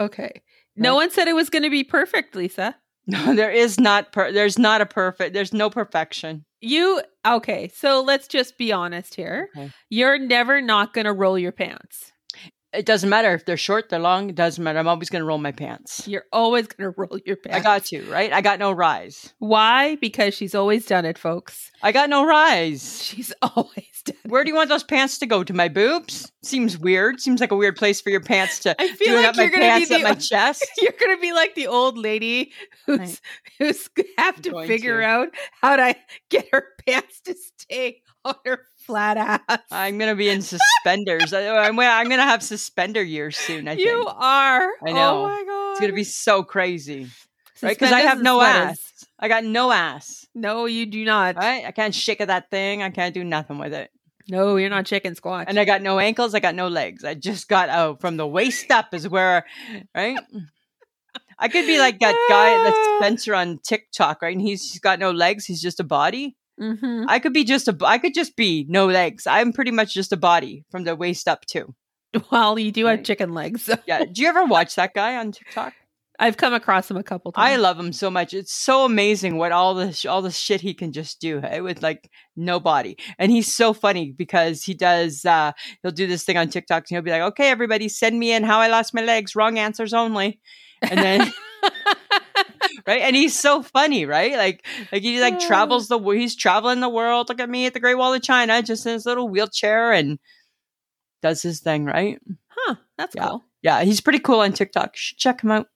A: okay. No
B: Right.
A: one said it was going to be perfect, Lisa.
B: No, there is not, per- there's not a perfect, there's no perfection.
A: You okay? So let's just be honest here.
B: Okay.
A: You're never not going to roll your pants.
B: It doesn't matter if they're short, they're long. It doesn't matter. I'm always going to roll my pants.
A: You're always going to roll your pants.
B: I got to, right? I got no rise.
A: Why? Because she's always done it, folks.
B: I got no rise.
A: She's always done.
B: Where do you want those pants to go? To my boobs? Seems weird. Seems like a weird place for your pants to.
A: I feel
B: do it
A: like
B: up my
A: you're gonna be
B: pants at
A: the-
B: my chest.
A: You're going to be like the old lady who's who's have to
B: going
A: figure
B: to.
A: out how to get her pants to stay on her flat ass.
B: I'm gonna be in suspenders. I, I'm, I'm gonna have suspender years soon. I think
A: you are.
B: I know.
A: Oh my god.
B: it's gonna be so crazy. right? 'Cause I have no
A: ass.
B: I got no ass.
A: No, you do not.
B: Right? I can't shake of that thing. I can't do nothing with it.
A: No, you're not chicken squat.
B: And I got no ankles. I got no legs. I just got oh, from the waist up is where, right? I could be like that guy that's Spencer on TikTok, right? And he's just got no legs. He's just a body.
A: hmm
B: I could be just a. I could just be no legs. I'm pretty much just a body from the waist up too.
A: Well, you do have
B: Right.
A: chicken legs.
B: Yeah. Do you ever watch that guy on TikTok?
A: I've come across him a couple
B: I
A: times.
B: love him so much. It's so amazing what all this all the shit he can just do hey, with like nobody. And he's so funny because he does uh he'll do this thing on TikTok and he'll be like, "Okay, everybody, send me in how I lost my legs. Wrong answers only." And then right? And he's so funny, right? Like like he like
A: Yeah.
B: travels the wo- he's traveling the world. Look at me at the Great Wall of China just in his little wheelchair and does his thing, right?
A: huh? That's
B: Yeah.
A: cool.
B: Yeah, he's pretty cool on TikTok. You should check him out.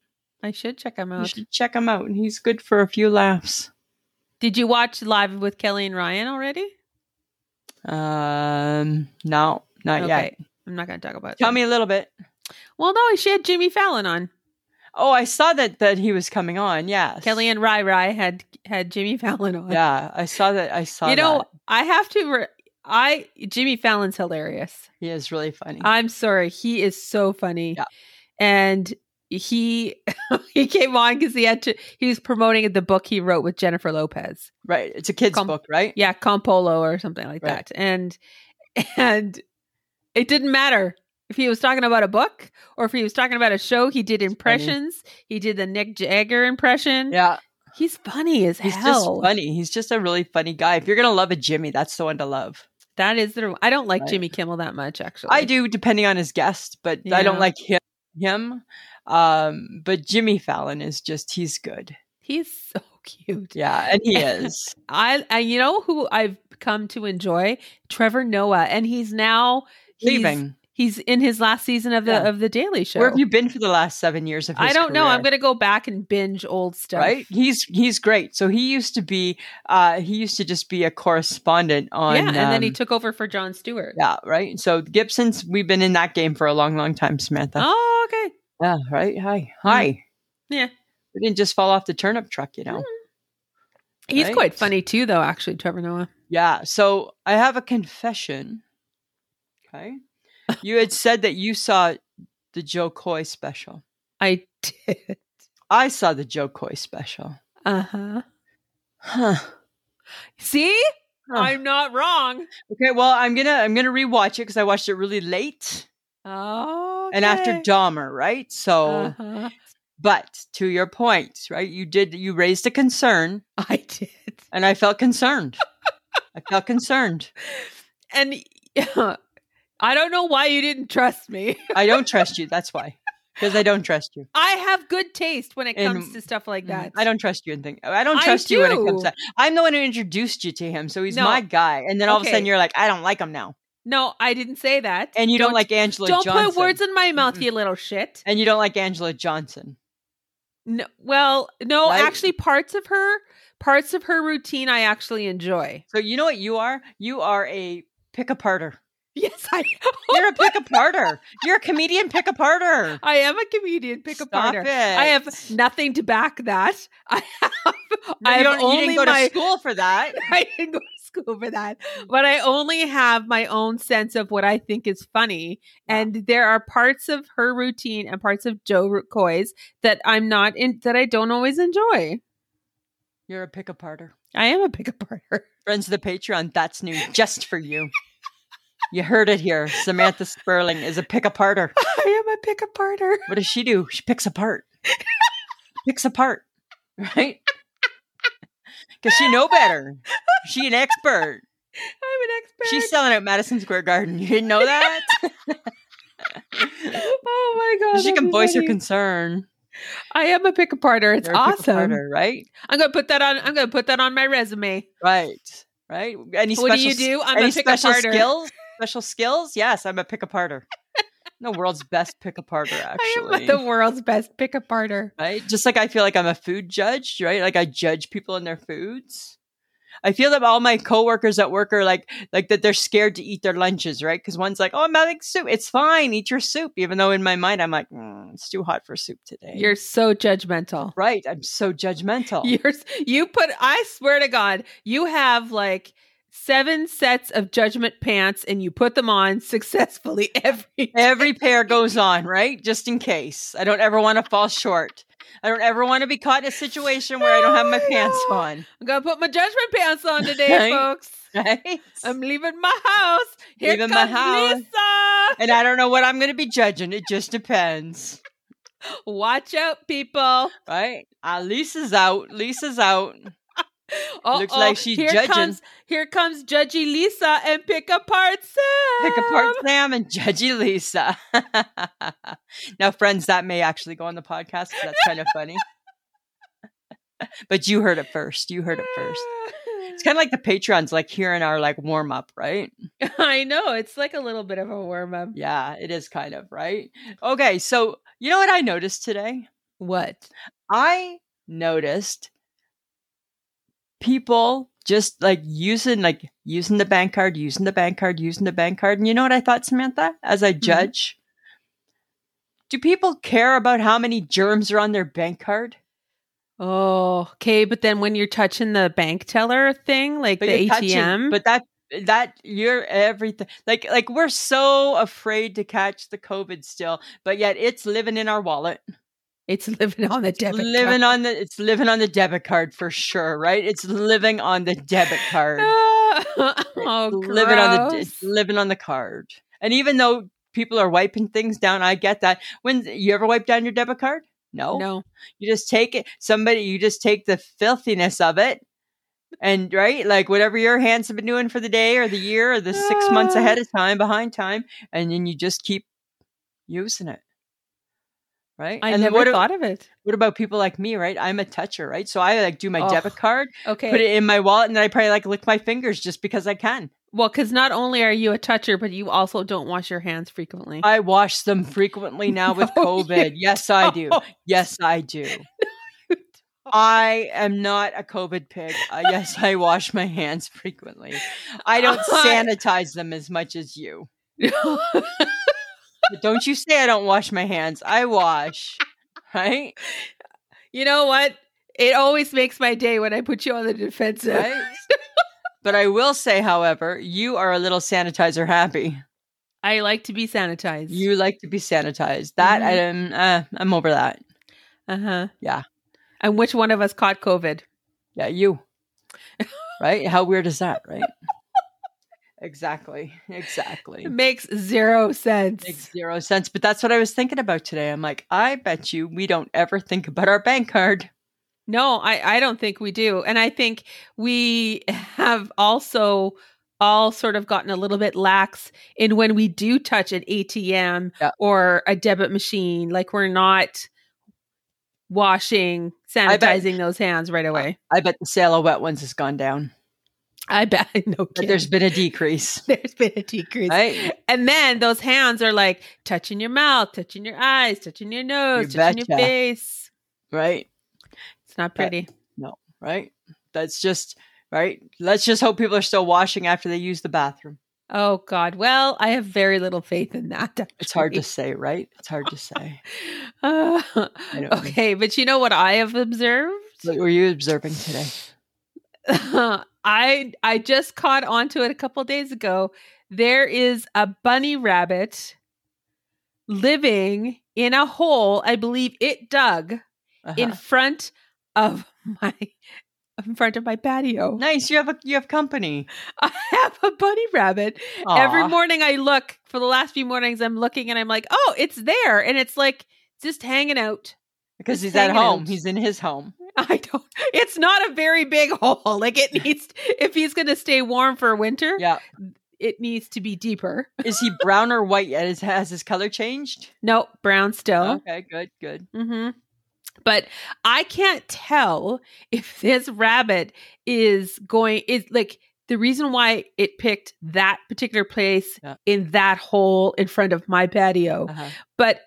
A: I should check him
B: You
A: out.
B: should check him out. He's good for a few laughs.
A: Did you watch Live with Kelly and Ryan already?
B: Um, no, not yet.
A: I'm not going to talk about.
B: Tell
A: that.
B: me a little bit.
A: Well, no, she had Jimmy Fallon on.
B: Oh, I saw that that he was coming on. Yes,
A: Kelly and Rai Rai had had Jimmy Fallon on.
B: Yeah, I saw that. I saw.
A: you know,
B: that.
A: I have to. Re- I Jimmy Fallon's hilarious.
B: He is really funny.
A: I'm sorry, he is so funny,
B: Yeah.
A: and he he came on because he had to. He was promoting the book he wrote with Jennifer Lopez.
B: right. It's a kid's
A: Com-
B: book, right?
A: Yeah, Compolo or something like
B: Right.
A: that, and and it didn't matter. If he was talking about a book or if he was talking about a show, he did impressions. He did the Nick Jagger impression.
B: Yeah.
A: He's funny as
B: He's just
A: hell.
B: funny. He's just a really funny guy. If you're going to love a Jimmy, that's the one to love.
A: That is the. I don't like
B: Right.
A: Jimmy Kimmel that much, actually.
B: I do, depending on his guest, but I don't
A: Yeah.
B: like him. Him, um, but Jimmy Fallon is just—he's good.
A: He's so cute.
B: Yeah, and he is.
A: I and you know who I've come to enjoy Trevor Noah, and he's now he's,
B: leaving.
A: He's in his last season of the
B: Yeah.
A: of the Daily Show.
B: Where have you been for the last seven years of his
A: I don't know. I'm
B: career?
A: going to go back and binge old stuff.
B: right he's he's great so he used to be uh he used to just be a correspondent on
A: yeah, and then he
B: um,
A: took over for John Stewart.
B: yeah right so gibson's we've been in that game for a long long time samantha
A: Oh, okay.
B: yeah right hi hi
A: Yeah. Mm.
B: we didn't just fall off the turnip truck you know
A: He's
B: Right.
A: quite funny too, though. Actually, Trevor Noah.
B: yeah so i have a confession okay you had said that you saw the joe coy special
A: I did.
B: i saw the joe coy special
A: Uh
B: Uh-huh.
A: huh.
B: huh
A: See,
B: Huh.
A: I'm not wrong.
B: okay well i'm gonna i'm gonna rewatch it because i watched it really late
A: Oh,
B: and after Dahmer, right? So,
A: uh-huh.
B: but to your point, right? You did you raised a concern,
A: I did.
B: and I felt concerned. I felt concerned.
A: and I don't know why you didn't trust me.
B: I don't trust you. That's why, because I don't trust you.
A: I have good taste when it
B: And- mm-hmm.
A: comes to stuff like that.
B: I don't trust you in things. I don't
A: I
B: trust you when it comes
A: do.
B: to. I'm the one who introduced you to him, so he's
A: No.
B: my guy. And then all of a sudden,
A: Okay.
B: you're like, I don't like him now,
A: No, I didn't say that.
B: and you don't, like Angela.
A: Don't
B: Johnson.
A: put words in my mouth,
B: Mm-mm.
A: you little shit.
B: And you don't like Angela Johnson.
A: No, well, no,
B: Right?
A: actually, parts of her, parts of her routine, I actually enjoy.
B: So you know what you are? You are a pick aparter.
A: Yes, I.
B: You're a pick aparter. You're a comedian pick aparter.
A: I am a comedian. Pick a
B: Stop
A: partner.
B: It.
A: I have nothing to back that. I have.
B: No,
A: I
B: you,
A: have
B: don't, you
A: only
B: didn't go
A: my
B: to school for that.
A: I didn't go to school for that. But I only have my own sense of what I think is funny.
B: Yeah.
A: And there are parts of her routine and parts of Joe Coy's that I'm not in, that I don't always enjoy.
B: You're a pick aparter.
A: I am a pick aparter.
B: Friends of the Patreon, that's new just for you. You heard it here. Samantha Sperling is a pick aparter.
A: I am a pick aparter.
B: What does she do? She picks apart. picks apart. Right? Because she know better. She an expert.
A: I'm an expert.
B: She's selling out Madison Square Garden. You didn't know that?
A: oh my god.
B: she
A: that'd
B: can
A: be
B: voice her
A: funny.
B: concern.
A: I am a pick aparter. It's
B: You're a pick
A: awesome.
B: aparter, right?
A: I'm gonna put that on I'm gonna put that on my resume.
B: Right. Right. Any
A: what do
B: special
A: you do? I'm
B: Any
A: a pick
B: special
A: aparter.
B: skills? Special skills? Yes, I'm a pick aparter. I'm the world's best pick aparter,
A: I am
B: actually.
A: the world's best pick aparter.
B: right? Just like I feel like I'm a food judge, right? Like I judge people and their foods. I feel that all my coworkers at work are like, like that they're scared to eat their lunches, right? Because one's like, "Oh, I'm having soup. It's fine. Eat your soup." Even though in my mind I'm like, "Mm, "It's too hot for soup today."
A: You're so judgmental.
B: right. I'm so judgmental.
A: You're you put I swear to God, you have like seven sets of judgment pants and you put them on successfully every
B: Every pair goes on, right? Just in case. I don't ever want to fall short. I don't ever want to be caught in a situation where I don't have my pants on.
A: I'm gonna put my judgment pants on today,
B: Right.
A: folks.
B: Right?
A: I'm leaving my house. Here
B: Leaving my
A: comes
B: house.
A: Lisa.
B: and I don't know what I'm going to be judging. It just depends.
A: Watch out, people.
B: Right? Ah, Lisa's out. Lisa's out.
A: Oh,
B: Looks like she's
A: here
B: judging.
A: Comes, here comes Judgy Lisa and pick apart Sam.
B: Pick apart Sam and judgy Lisa. now, friends, that may actually go on the podcast. 'cause That's kind of funny. but you heard it first. You heard it first. It's kind of like the Patreons, like hearing our like warm up, right?
A: I know. It's like a little bit of a warm up.
B: Yeah, it is kind of, right? Okay, so you know what I noticed today?
A: What?
B: I noticed people just like using like using the bank card, using the bank card, using the bank card. And you know what I thought, Samantha, as I judge? Do people care about how many germs are on their bank card?
A: Oh, okay. But then when you're touching the bank teller thing, like
B: But
A: the
B: you're touching-
A: ATM,
B: but that that you're everything like like we're so afraid to catch the covid still but yet it's living in our wallet
A: It's living on the debit. card.
B: living on the it's living on the debit card for sure right it's living on the debit card
A: Ah, oh,
B: It's living on the
A: gross.
B: it's living on the card and even though people are wiping things down i get that when you ever wipe down your debit card no
A: No,
B: you just take it somebody you just take the filthiness of it and right like whatever your hands have been doing for the day or the year or the six months
A: Ah.
B: ahead of time behind time and then you just keep using it right
A: I
B: and then
A: never
B: what, a-
A: thought of it.
B: what about people like me right i'm a toucher right so i like do my
A: Oh,
B: debit card
A: Okay.
B: put it in my wallet and then i probably like lick my fingers just because i can
A: Well, because not only are you a toucher, but you also don't wash your hands frequently.
B: i wash them frequently now with
A: No, you
B: covid yes i do
A: don't.
B: Yes, I do. I am not a COVID pig. Uh, yes, I wash my hands frequently. I don't sanitize them as much as you. But don't you say I don't wash my hands. I wash, right?
A: you know what? It always makes my day when I put you on the defensive.
B: Right? But I will say, however, you are a little sanitizer happy.
A: I like to be sanitized.
B: You like to be sanitized. That I am. Uh, I'm over that.
A: uh huh.
B: Yeah.
A: And which one of us caught COVID?
B: Yeah, you. Right? How weird is that? Right? exactly. Exactly.
A: It makes zero sense.
B: makes zero sense. But that's what I was thinking about today. I'm like, I bet you we don't ever think about our bank card.
A: No, I, I don't think we do. And I think we have also all sort of gotten a little bit lax in when we do touch an ATM
B: Yeah.
A: or a debit machine. Like we're not washing,
B: I bet-
A: sanitizing those hands right away.
B: I bet the sale of wet ones has gone down.
A: I bet. No
B: But
A: kidding.
B: there's been a decrease.
A: there's been a decrease.
B: Right?
A: And then those hands are like touching your mouth, touching your eyes, touching your nose,
B: You
A: touching your
B: betcha.
A: face.
B: Right.
A: It's not
B: Bet-
A: pretty.
B: Right. That's just right. Let's just hope people are still washing after they use the bathroom.
A: Oh God. Well, I have very little faith in that.
B: It's hard
A: actually.
B: to say, right? It's hard to say.
A: Uh,
B: don't know.
A: okay, but you know what I have observed?
B: What were you observing today?
A: I I just caught onto it a couple days ago. There is a bunny rabbit living in a hole, I believe it dug in
B: Uh-huh.
A: front of my in front of my patio.
B: nice. You have a you have company.
A: I have a bunny rabbit. Every
B: Aw.
A: morning I look, for the last few mornings I'm looking and I'm like, "Oh, it's there." And it's like just hanging out.
B: because
A: just
B: he's at
A: hanging
B: home.
A: out.
B: He's in his home.
A: I don't. It's not a very big hole. Like it needs, if he's going to stay warm for winter,
B: Yeah.
A: it needs to be deeper.
B: Is he brown or white yet? Is, has his color changed?
A: No, brown still.
B: Okay, good, good.
A: hmm But I can't tell if this rabbit is going. Is like the reason why it picked that particular place
B: Yeah.
A: in that hole in front of my patio.
B: Uh-huh.
A: But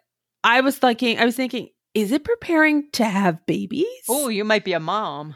A: I was thinking, I was thinking, is it preparing to have babies?
B: Oh, you might be a mom.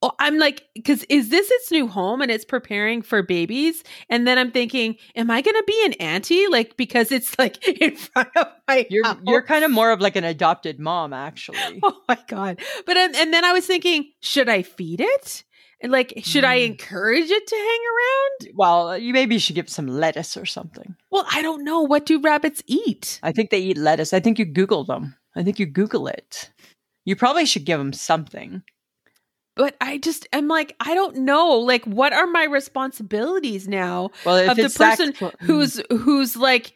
A: Oh, I'm like, because is this its new home and it's preparing for babies? And then I'm thinking, am I going to be an auntie? Like, because it's like in front of my
B: You're
A: house.
B: you're kind of more of like an adopted mom, actually.
A: Uh, oh my god! But and, and then I was thinking, should I feed it? And like, should I
B: Mm.
A: encourage it to hang around?
B: Well, uh, you maybe should give some lettuce or something.
A: Well, I don't know. What do rabbits eat?
B: I think they eat lettuce. I think you Google them. I think you Google it. You probably should give them something.
A: But I just am like, I don't know. Like, what are my responsibilities now?
B: Well, if
A: Of the
B: it's that
A: person
B: cl- Mm.
A: who's who's like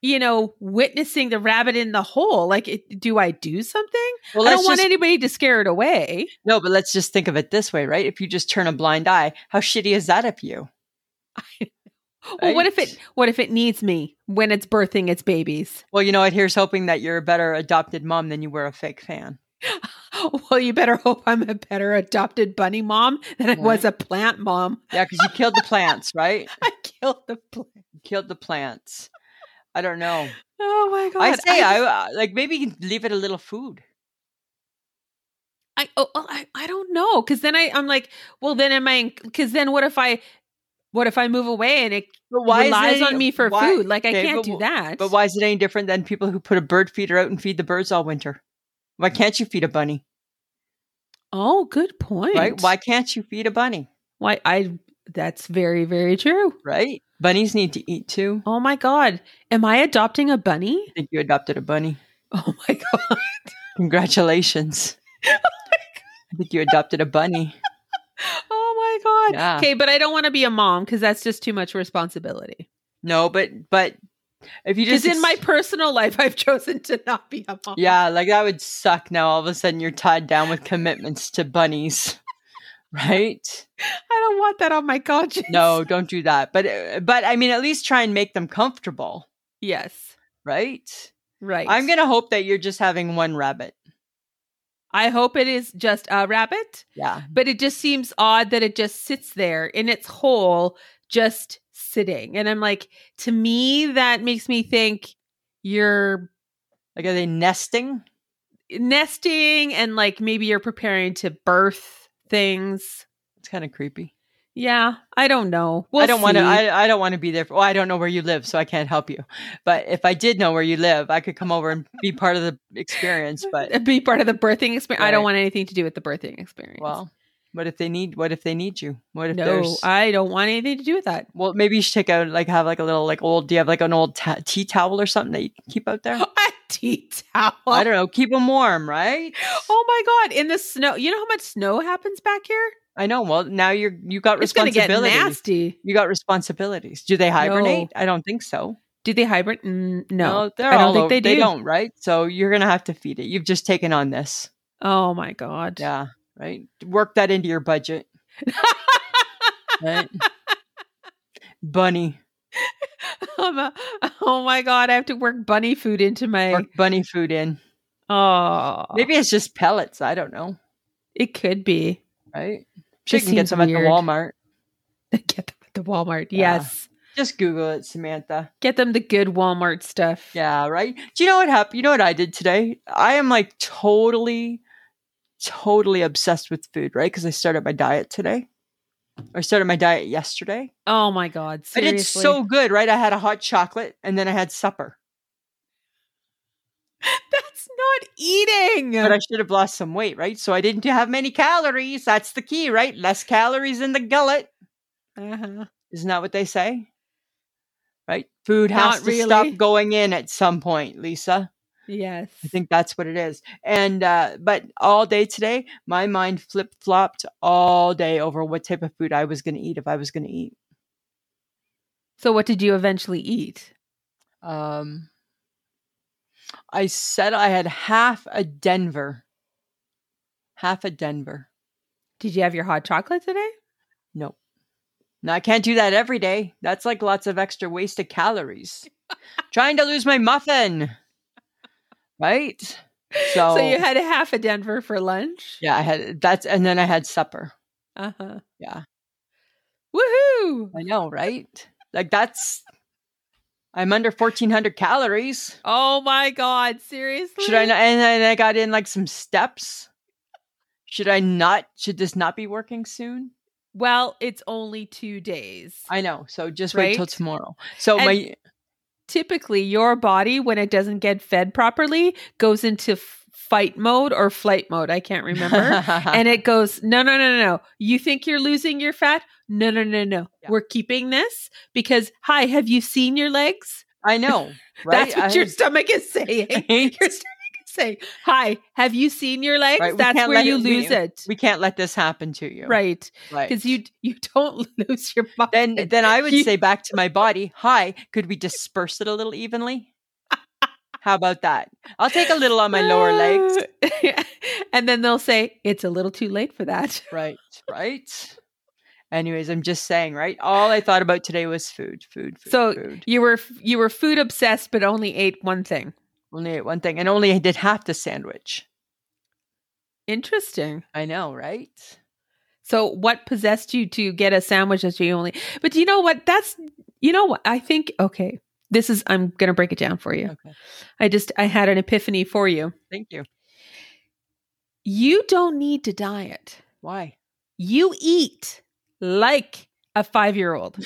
A: you know witnessing the rabbit in the hole like it, do i do something
B: well,
A: i
B: let's
A: don't want
B: just-
A: anybody to scare it away
B: No, but let's just think of it this way, right? If you just turn a blind eye, how shitty is that of you?
A: well what if
B: Right.
A: it what if it needs me when it's birthing its babies
B: Well, you know what? Here's hoping that you're a better adopted mom than you were a fake fan.
A: well you better hope i'm a better adopted bunny mom than i was a plant mom
B: Yeah, because you killed the plants, right?
A: i killed the plant
B: You killed the plants. I don't know.
A: oh my god
B: I say I,
A: just-
B: uh, like maybe you can leave it a little food.
A: I oh, well, I, I don't know because then I I'm like well then am I because then what if I what if I move away and it
B: But
A: relies
B: any-
A: on me for
B: why-
A: food like I
B: okay,
A: can't
B: but
A: do
B: wh-
A: that
B: But why is it any different than people who put a bird feeder out and feed the birds all winter? Why can't you feed a bunny?
A: oh good point
B: Right? Why can't you feed a bunny?
A: why I That's very, very true.
B: right? Bunnies need to eat too.
A: Oh my God. Am I adopting a bunny?
B: I think you adopted a bunny.
A: Oh my God.
B: Congratulations. I think you adopted a bunny.
A: Oh my God.
B: Yeah.
A: Okay, but I don't want to be a mom because that's just too much responsibility.
B: No, but but if you
A: Because
B: just
A: in my
B: ex-
A: personal life, I've chosen to not be a mom.
B: yeah, like that would suck. Now all of a sudden you're tied down with commitments to bunnies, right?
A: I don't want that on my conscience.
B: No, don't do that. But uh, but I mean, at least try and make them comfortable,
A: Yes.
B: right?
A: Right.
B: I'm gonna hope that you're just having one rabbit.
A: I hope it is just a rabbit,
B: Yeah,
A: but it just seems odd that it just sits there in its hole, just sitting. And I'm like, to me, that makes me think you're
B: like are they nesting?
A: nesting and like maybe you're preparing to birth things.
B: It's kind of creepy.
A: Yeah, I don't know. We'll
B: I don't want to.
A: see.
B: I, I don't want to be there. For, well, I don't know where you live, so I can't help you. But if I did know where you live, I could come over and be part of the experience. But
A: be part of the birthing experience. I don't
B: Right.
A: want anything to do with the birthing experience.
B: well, what if they need? What if they need you? What if
A: no,
B: there's?
A: I don't want anything to do with that.
B: well, maybe you should take out like have like a little like old. Do you have like an old ta- tea towel or something that you can keep out there?
A: A tea towel.
B: I don't know. Keep them warm, right?
A: Oh my god! In the snow, you know how much snow happens back here.
B: I know. Well, now you're you got
A: It's gonna get
B: responsibilities.
A: nasty.
B: You got responsibilities. Do they hibernate? I don't think so.
A: Do they hibernate? Mm, no,
B: they're
A: I don't
B: all
A: think
B: over-
A: they do.
B: don't, right? So you're gonna have to feed it. You've just taken on this.
A: Oh my god!
B: Yeah, right. Work that into your budget. Right? bunny.
A: I'm a- oh my god! I have to work bunny food into my.
B: Work bunny food in.
A: Oh,
B: Maybe it's just pellets. I don't know.
A: it could be.
B: Right? She
A: Just
B: can get
A: seems
B: some at the
A: weird.
B: Walmart.
A: Get them at the Walmart.
B: Yeah.
A: Yes,
B: Just Google it, Samantha.
A: get them the good Walmart stuff.
B: Yeah, right. Do you know what happened? You know what I did today? I am like totally, totally obsessed with food, right? Because I started my diet today. I started my diet yesterday.
A: Oh my god!
B: I did
A: Seriously,
B: so good, right? I had a hot chocolate and then I had supper.
A: that's not eating.
B: But I should have lost some weight, right? So I didn't have many calories. That's the key, right? Less calories in the gullet.
A: uh-huh.
B: Isn't that what they say? Right? Food has
A: Not
B: to
A: really.
B: stop going in at some point, Lisa.
A: Yes,
B: I think that's what it is. And uh but all day today, my mind flip-flopped all day over what type of food I was going to eat if I was going to eat.
A: So, what did you eventually eat?
B: Um I said I had half a Denver. Half a Denver.
A: Did you have your hot chocolate today?
B: Nope. No, I can't do that every day. That's like lots of extra wasted calories. Trying to lose my muffin. Right?
A: So,
B: So,
A: you had a half a Denver for lunch?
B: yeah, I had that's and then I had supper.
A: Uh huh.
B: Yeah.
A: Woohoo!
B: I know, right? Like that's I'm under 1400 calories.
A: Oh my God! Seriously?
B: Should I not and then I got in like some steps? Should I not should this not be working soon?
A: Well, it's only two days.
B: I know. So just wait till
A: Right?
B: tomorrow. So
A: And-
B: my
A: Typically, your body, when it doesn't get fed properly, goes into f- fight mode or flight mode. I can't remember. and it goes, no, no, no, no, no. You think you're losing your fat? No, no, no, no.
B: Yeah.
A: We're keeping this because, hi, have you seen your legs?
B: I know, right?
A: That's what
B: I-
A: your stomach is saying.
B: right?
A: your stomach is saying, hi, have you seen your legs?
B: Right, we
A: That's
B: can't
A: where
B: let
A: you
B: it be-
A: lose it.
B: we can't let this happen to you.
A: Right.
B: Right.
A: Because you you don't lose your mind.
B: then then I would
A: You-
B: say back to my body, "Hi, could we disperse it a little evenly?" How about that? I'll take a little on my lower legs.
A: and then they'll say, it's a little too late for that.
B: Right. Right. Anyways, I'm just saying, right? All I thought about today was food, food, food,
A: So-
B: food.
A: You were you were food obsessed, but only ate one thing.
B: Only ate one thing and only did half the sandwich.
A: Interesting.
B: I know, right?
A: So what possessed you to get a sandwich that you only but you know what? That's you know what I think okay. This is I'm gonna break it down for you.
B: Okay.
A: I just I had an epiphany for you.
B: Thank you.
A: You don't need to diet.
B: Why?
A: You eat like a five year old.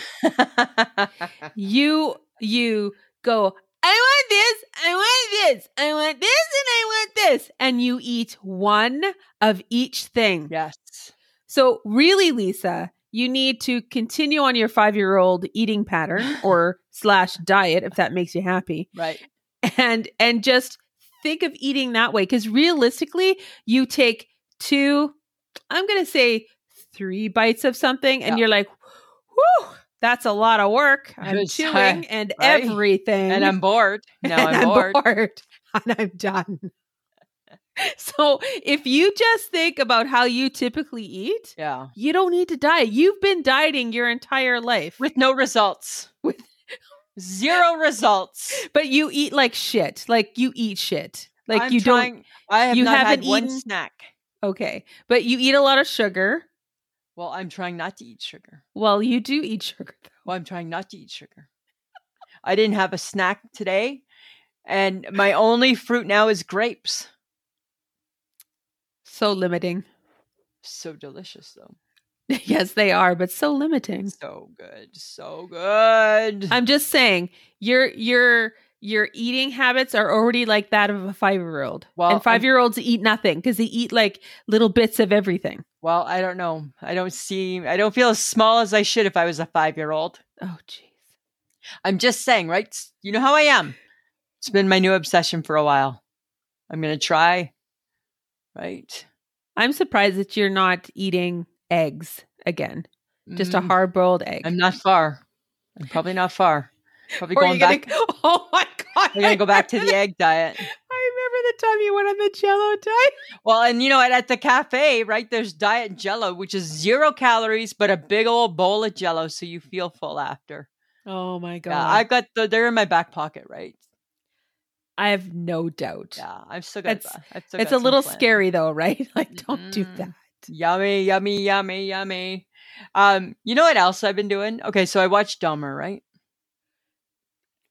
A: you you go i want this i want this i want this and i want this and you eat one of each thing
B: yes.
A: so really lisa you need to continue on your five year old eating pattern or slash diet if that makes you happy
B: Right.
A: and and just think of eating that way because realistically you take two i'm gonna say three bites of something and
B: Yeah.
A: you're like whew that's a lot of work i'm
B: It's-
A: chewing and
B: right.
A: everything
B: And I'm bored. Now
A: and
B: I'm bored.
A: and i'm done so if you just think about how you typically eat
B: Yeah.
A: you don't need to diet you've been dieting your entire life
B: With no results. With zero results.
A: but you eat like shit like you eat shit like
B: I'm
A: you don't
B: trying, I have
A: you
B: not had
A: haven't
B: one
A: eaten-
B: snack.
A: Okay. But you eat a lot of sugar.
B: Well, I'm trying not to eat sugar.
A: Well, you do eat sugar.
B: Well, I'm trying not to eat sugar. I didn't have a snack today, and my only fruit now is grapes.
A: So limiting.
B: So delicious, though.
A: yes, they are, but so limiting.
B: So good. So good.
A: I'm just saying your your your eating habits are already like that of a five year old.
B: Well, I'm-
A: and five year olds eat nothing because they eat like little bits of everything.
B: well, I don't know. I don't seem, I don't feel as small as I should if I was a five year old.
A: Oh jeez.
B: I'm just saying, right? S- You know how I am. It's been my new obsession for a while. I'm going to try, right?
A: I'm surprised that you're not eating eggs again. Just a
B: Mm,
A: hard boiled egg.
B: I'm not far. I'm probably not far. Probably
A: Or
B: going
A: you're gonna-
B: back.
A: Oh my god.
B: I'm going to go back to the egg diet.
A: I remember the time you went on the jello diet.
B: Well, and you know, at, at the cafe, right, there's diet jello, which is zero calories, but a big old bowl of jello. So you feel full after.
A: Oh my god.
B: Yeah, I've got the, they're in my back pocket, right?
A: I have no doubt.
B: Yeah, I've still got,
A: That's-
B: I've still
A: it's
B: got
A: a
B: some
A: little
B: planned.
A: scary though, right? Like, don't do
B: Mhm.
A: that.
B: Yummy, yummy, yummy, yummy. Um, you know what else I've been doing? Okay, so I watched Dahmer, right?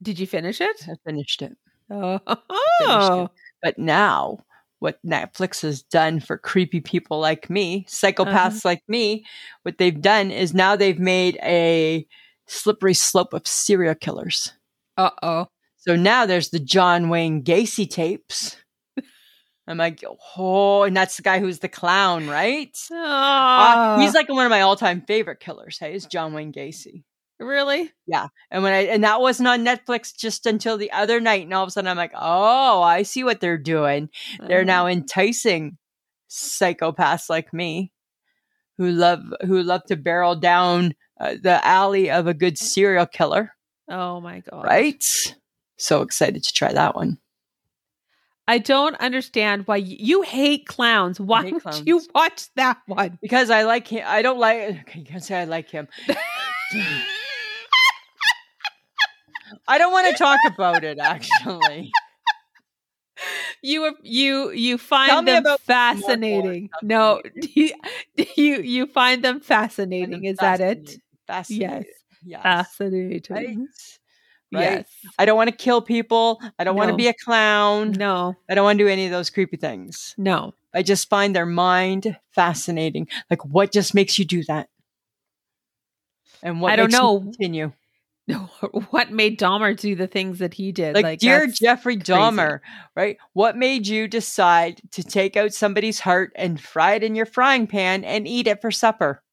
A: Did you finish it?
B: I finished it.
A: Oh,
B: But now what Netflix has done for creepy people like
A: Uh-huh.
B: me, psychopaths like me, what they've done is now they've made a slippery slope of serial killers.
A: uh oh.
B: So now there's the John Wayne Gacy tapes. I'm like, oh, and that's the guy who's the clown, right?
A: Ah.
B: Uh, Ah, he's like one of my all-time favorite killers. Hey, is John Wayne Gacy.
A: really?
B: And when I and that wasn't on Netflix just until the other night, and all of a sudden I'm like, oh, I see what they're doing. They're now enticing psychopaths like me, who love who love to barrel down uh, the alley of a good serial killer,
A: Oh my god.
B: right? So excited to try that one.
A: I don't understand why you, you hate clowns. Why
B: hate
A: would
B: clowns.
A: you watch that one?
B: because I like him. I don't like. Okay, you can say I like him. I don't want to talk about it. Actually,
A: You were- you you find
B: Tell me
A: them
B: about
A: fascinating.
B: more
A: No, you you find them fascinating. Is that it?
B: Fascinating.
A: Yes, mm-hmm.
B: Yes.
A: fascinating.
B: Right. Right?
A: Yes.
B: I don't want to kill people. I don't want to
A: No.
B: be a clown.
A: No.
B: I don't want to do any of those creepy things.
A: No.
B: I just find their mind fascinating. Like, what just makes you do that? And what
A: I don't
B: makes you
A: know.
B: continue?
A: what made Dahmer do the things that he did?
B: Like, dear
A: that's-
B: Jeffrey Dahmer, right? What made you decide to take out somebody's heart and fry it in your frying pan and eat it for supper?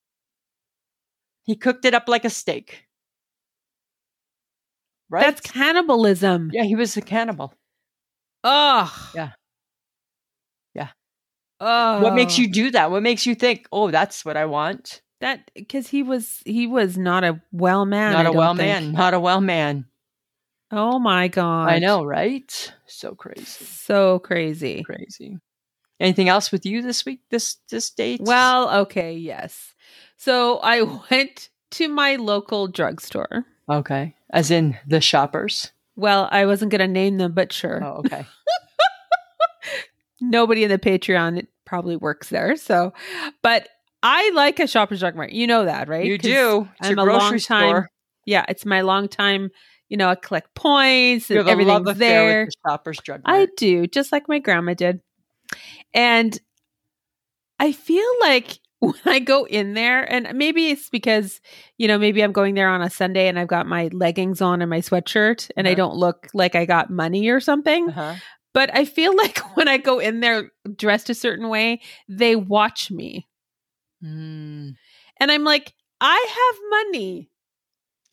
B: He cooked it up like a steak. Right?
A: that's cannibalism.
B: yeah, he was a cannibal.
A: Oh,
B: Yeah. Yeah.
A: Oh,
B: What makes you do that? What makes you think, oh, that's what I want?
A: that? Because he was he was not a well man.
B: not
A: a
B: a well man. Not a well man.
A: Oh my god!
B: I know, right? So crazy.
A: So crazy.
B: Crazy. Anything else with you this week, this this date?
A: Well, okay, yes. So I went to my local drugstore.
B: Okay. As in the shoppers.
A: Well, I wasn't going to name them, but sure.
B: Oh, okay.
A: nobody in the Patreon probably works there. So, but I like a shopper's drug mart. You know that, right?
B: You
A: 'Cause
B: do. It's
A: I'm
B: your
A: a
B: grocery
A: long time.
B: store.
A: Yeah, it's my long time. You know, I collect points
B: You
A: and
B: have a love
A: everything's
B: affair
A: there.
B: with the shoppers drug
A: I
B: mart.
A: do, just like my grandma did. And I feel like when I go in there, and maybe it's because, you know, maybe I'm going there on a Sunday and I've got my leggings on and my sweatshirt and I
B: Uh-huh.
A: don't look like I got money or something
B: Uh-huh.
A: but I feel like when I go in there dressed a certain way, they watch me.
B: Mm.
A: And I'm like, I have money.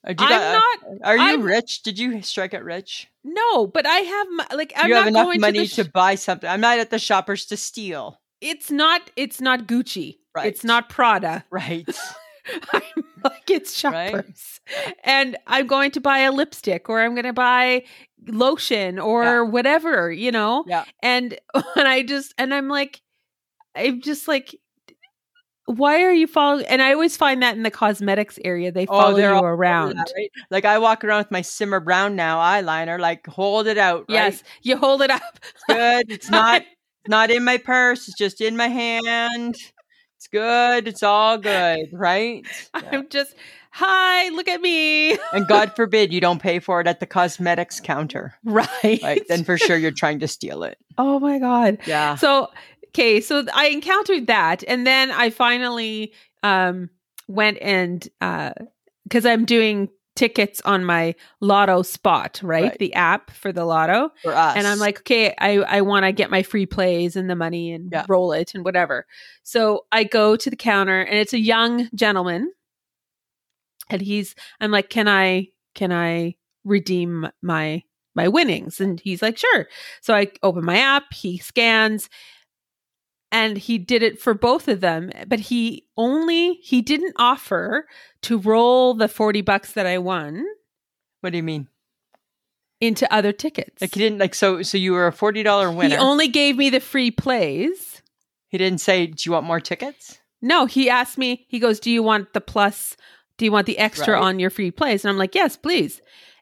B: Uh, do you
A: I'm
B: got-
A: not.
B: are you
A: I'm-
B: rich? Did you strike it rich?
A: No, but I have my, like I'm
B: you
A: not
B: have enough
A: going
B: money
A: to,
B: to,
A: the sh-
B: buy something. I'm not at the shoppers to steal.
A: It's not. It's not Gucci.
B: Right.
A: It's not Prada.
B: Right.
A: I'm like it's
B: Right.
A: shoppers. And I'm going to buy a lipstick or I'm going to buy lotion or
B: Yeah.
A: whatever, you know?
B: Yeah.
A: And and I just and I'm like I'm just like why are you following and I always find that in the cosmetics area they
B: Oh,
A: follow
B: they're
A: you
B: all
A: around.
B: right? Like I walk around with my Simmer Brown now eyeliner, like hold it out.
A: Yes, you hold it up.
B: Right? Good. It's not not in my purse. It's just in my hand. It's good. It's all good, right? Yeah.
A: I'm just hi, look at me.
B: And God forbid you don't pay for it at the cosmetics counter.
A: Right.
B: Right? Then for sure you're trying to steal it.
A: oh my god.
B: Yeah.
A: so okay so th- i encountered that and then i finally um went and uh because i'm doing tickets on my lotto spot right,
B: Right.
A: the app for the lotto
B: For us.
A: and i'm like okay i i want to get my free plays and the money and
B: Yeah.
A: roll it and whatever so i go to the counter and it's a young gentleman and he's i'm like can i can i redeem my my winnings and he's like sure so i open my app he scans and he did it for both of them but he only he didn't offer to roll the 40 bucks that i won
B: what do you mean?
A: into other tickets
B: Like he didn't like so so you were a forty dollar winner.
A: He only gave me the free plays.
B: he didn't say, Do you want more tickets?
A: No, he asked me, he goes, Do you want the plus? Do you want the extra
B: Right.
A: on your free plays? And I'm like, Yes, please.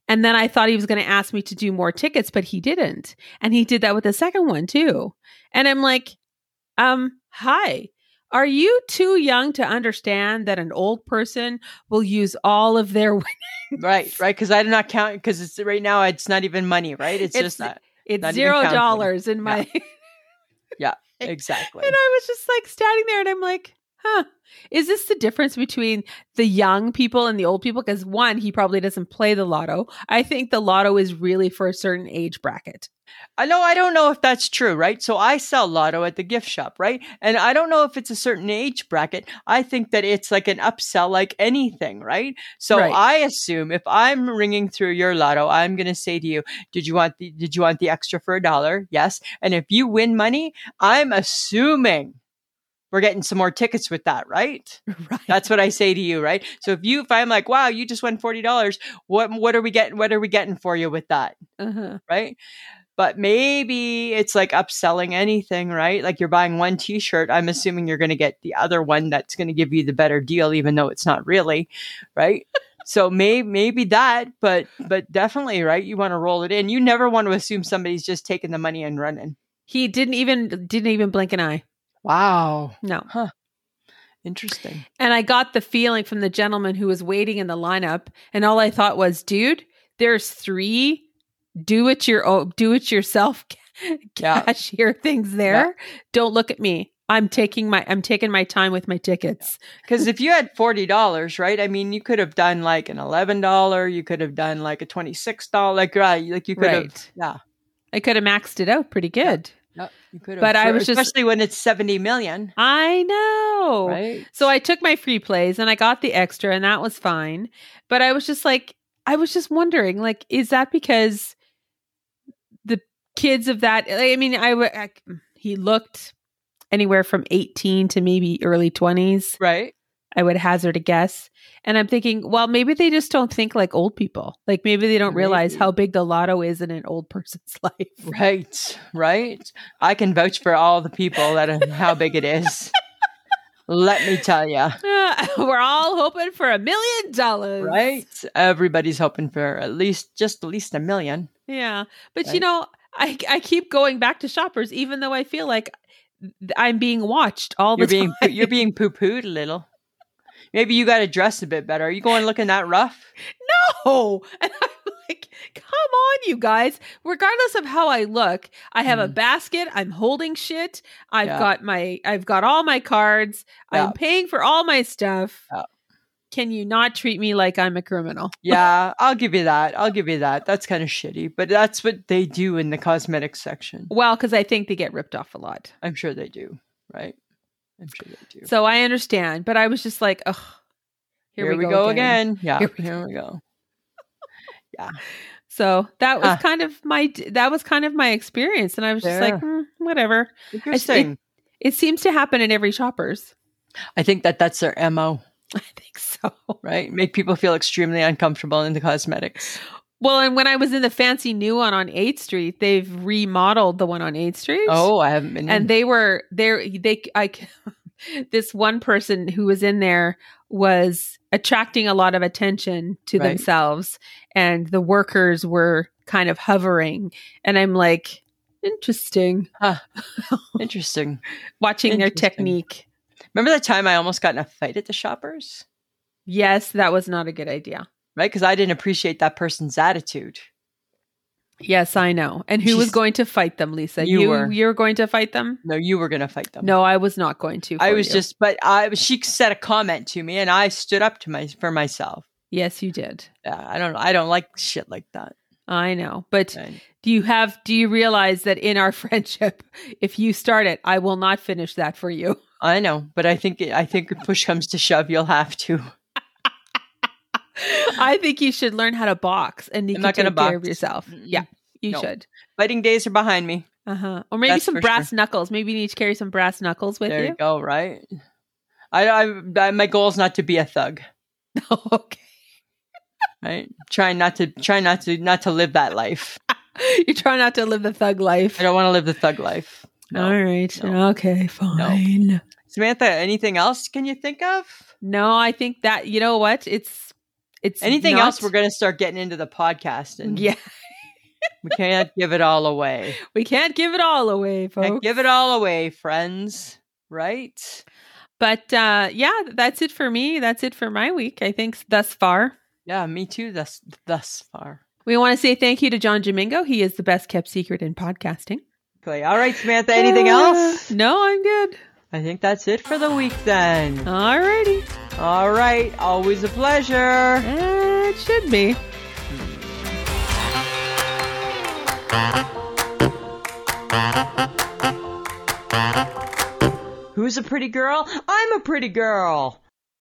A: And then I thought he was going to ask me to do more tickets, but he didn't. And he did that with the second one too. And I'm like, um, hi. Are you too young to understand that an old person will use all of their
B: Right, right. Because I did not count because it's right now it's not even money, right? It's,
A: It's-
B: just not
A: it's
B: Not even
A: zero
B: counseling.
A: dollars in my
B: exactly.
A: And I was just like standing there and I'm like, huh, is this the difference between the young people and the old people? Because one, he probably doesn't play the lotto. I think the lotto is really for a certain age bracket.
B: I know I don't know if that's true, right? So I sell lotto at the gift shop, right? And I don't know if it's a certain age bracket. I think that it's like an upsell like anything, right? So
A: Right.
B: I assume if I'm ringing through your lotto, I'm going to say to you, "Did you want the did you want the extra for a dollar?" Yes. And if you win money, I'm assuming we're getting some more tickets with that, right?
A: Right.
B: That's what I say to you, right? So if you if I'm like, "Wow, you just won $40. What what are we getting what are we getting for you with that?"
A: uh-huh.
B: right? But maybe it's like upselling anything, right? Like you're buying one t shirt, I'm assuming you're going to get the other one that's going to give you the better deal, even though it's not really, right? so maybe maybe that, but but definitely, right? You want to roll it in. You never want to assume somebody's just taking the money and running.
A: He didn't even didn't even blink an eye.
B: Wow,
A: No.
B: interesting.
A: And I got the feeling from the gentleman who was waiting in the lineup, and all I thought was, dude, there's three do it your own do it yourself
B: Yeah.
A: cashier things there. Don't look at me. I'm taking my I'm taking my time with my tickets.
B: Because if you had forty dollars, right? I mean, you could have done like an eleven dollar. You could have done like a twenty six dollar. Like right, like you could have.
A: Right.
B: Yeah,
A: I could have maxed it out pretty good.
B: you could have.
A: But I
B: for-
A: was just- Oh,
B: especially when it's seventy million.
A: I know.
B: right?
A: So I took my free plays and I got the extra and that was fine. But I was just like I was just wondering like is that because the kids of that I mean I, w- I- he looked anywhere from 18 to maybe early 20s
B: right,
A: I would hazard a guess. And I'm thinking, well, maybe they just don't think like old people. Like maybe they don't realize
B: Maybe.
A: how big the lotto is in an old person's life.
B: right, right. I can vouch for all the people that are- how big it is. Let me tell you,
A: We're all hoping for a million dollars.
B: right? Everybody's hoping for at least just at least a million.
A: Yeah. But you
B: Right.
A: know, I I keep going back to shoppers even though I feel like th- I'm being watched all the
B: You're being
A: time.
B: you're being poo pooed a little. Maybe you got to dress a bit better. Are you going looking that rough?
A: no. And I'm like, come on, you guys. Regardless of how I look, I have a
B: Mhm.
A: basket. I'm holding shit. I've
B: Yeah.
A: got my I've got all my cards.
B: Yeah.
A: I'm paying for all my stuff.
B: Yeah.
A: Can you not treat me like I'm a criminal?
B: Yeah, I'll give you that. I'll give you that. That's kind of shitty, but that's what they do in the cosmetics section.
A: Well, because I think they get ripped off a lot.
B: I'm sure they do, right? I'm sure they do.
A: So I understand, but I was just like, ugh,
B: Here, we, go, again. Yeah. Here we, go.
A: So that was
B: Huh.
A: kind of my that was kind of my experience, and I was just
B: Yeah.
A: like, "Mm, whatever.
B: Interesting.
A: It seems to happen in every shoppers.
B: I think that that's their mo,
A: I think so.
B: right? Make people feel extremely uncomfortable in the cosmetics.
A: Well, and when I was in the fancy new one on Eighth Street, they've remodeled the one on Eighth Street.
B: Oh, I haven't been.
A: and
B: in.
A: they were there they i c- this one person who was in there was attracting a lot of attention to
B: Right.
A: themselves and the workers were kind of hovering and i'm like interesting
B: interesting.
A: watching their
B: Interesting.
A: technique
B: Remember that time I almost got in a fight at the shoppers,
A: yes that was not a good idea
B: right? Because I didn't appreciate that person's attitude.
A: yes i know and who was
B: She's-
A: going to fight them lisa
B: You
A: you,
B: were.
A: you were going to fight them
B: No, you were going to fight them.
A: no i was not going to
B: I
A: for
B: was
A: you.
B: just, but I she said a comment to me, and I stood up to my for myself.
A: yes you did
B: Yeah, I don't, I don't like shit like that.
A: i know but
B: And-
A: Do you have do you realize that in our friendship, if you start it, I will not finish that for you.
B: I know, but I think I think if push comes to shove, you'll have to.
A: I think you should learn how to box and you
B: I'm
A: can
B: not
A: take
B: gonna
A: care of
B: box.
A: yourself.
B: Mm-mm.
A: Yeah, you
B: No.
A: should.
B: Fighting days are behind me.
A: Uh-huh. Or maybe
B: That's
A: some
B: for
A: brass knuckles. Maybe you need to carry some brass knuckles with
B: there
A: you.
B: go. Right. I, I, I my goal is not to be a thug.
A: okay.
B: Right. Trying not to try not to not to live that life.
A: You try not to live the thug life.
B: I don't want to live the thug life. No.
A: All right.
B: No.
A: Okay, fine. No.
B: Samantha, anything else can you think of?
A: I think that you know what? It's it's
B: Anything
A: not-
B: else? We're gonna start getting into the podcast, and
A: Yeah.
B: we can't give it all away.
A: We can't give it all away, folks.
B: Can't give it all away, friends. Right?
A: But uh, yeah, that's it for me. That's it for my week. I think s- thus far.
B: Yeah, me too. Thus, thus far.
A: We want to say thank you to John Domingo. He is the best kept secret in podcasting.
B: Okay. All right, Samantha. Anything else?
A: No, I'm good.
B: I think that's it for the week then.
A: Alrighty.
B: All right. Always a pleasure.
A: It should be.
B: Who's a pretty girl? I'm a pretty girl.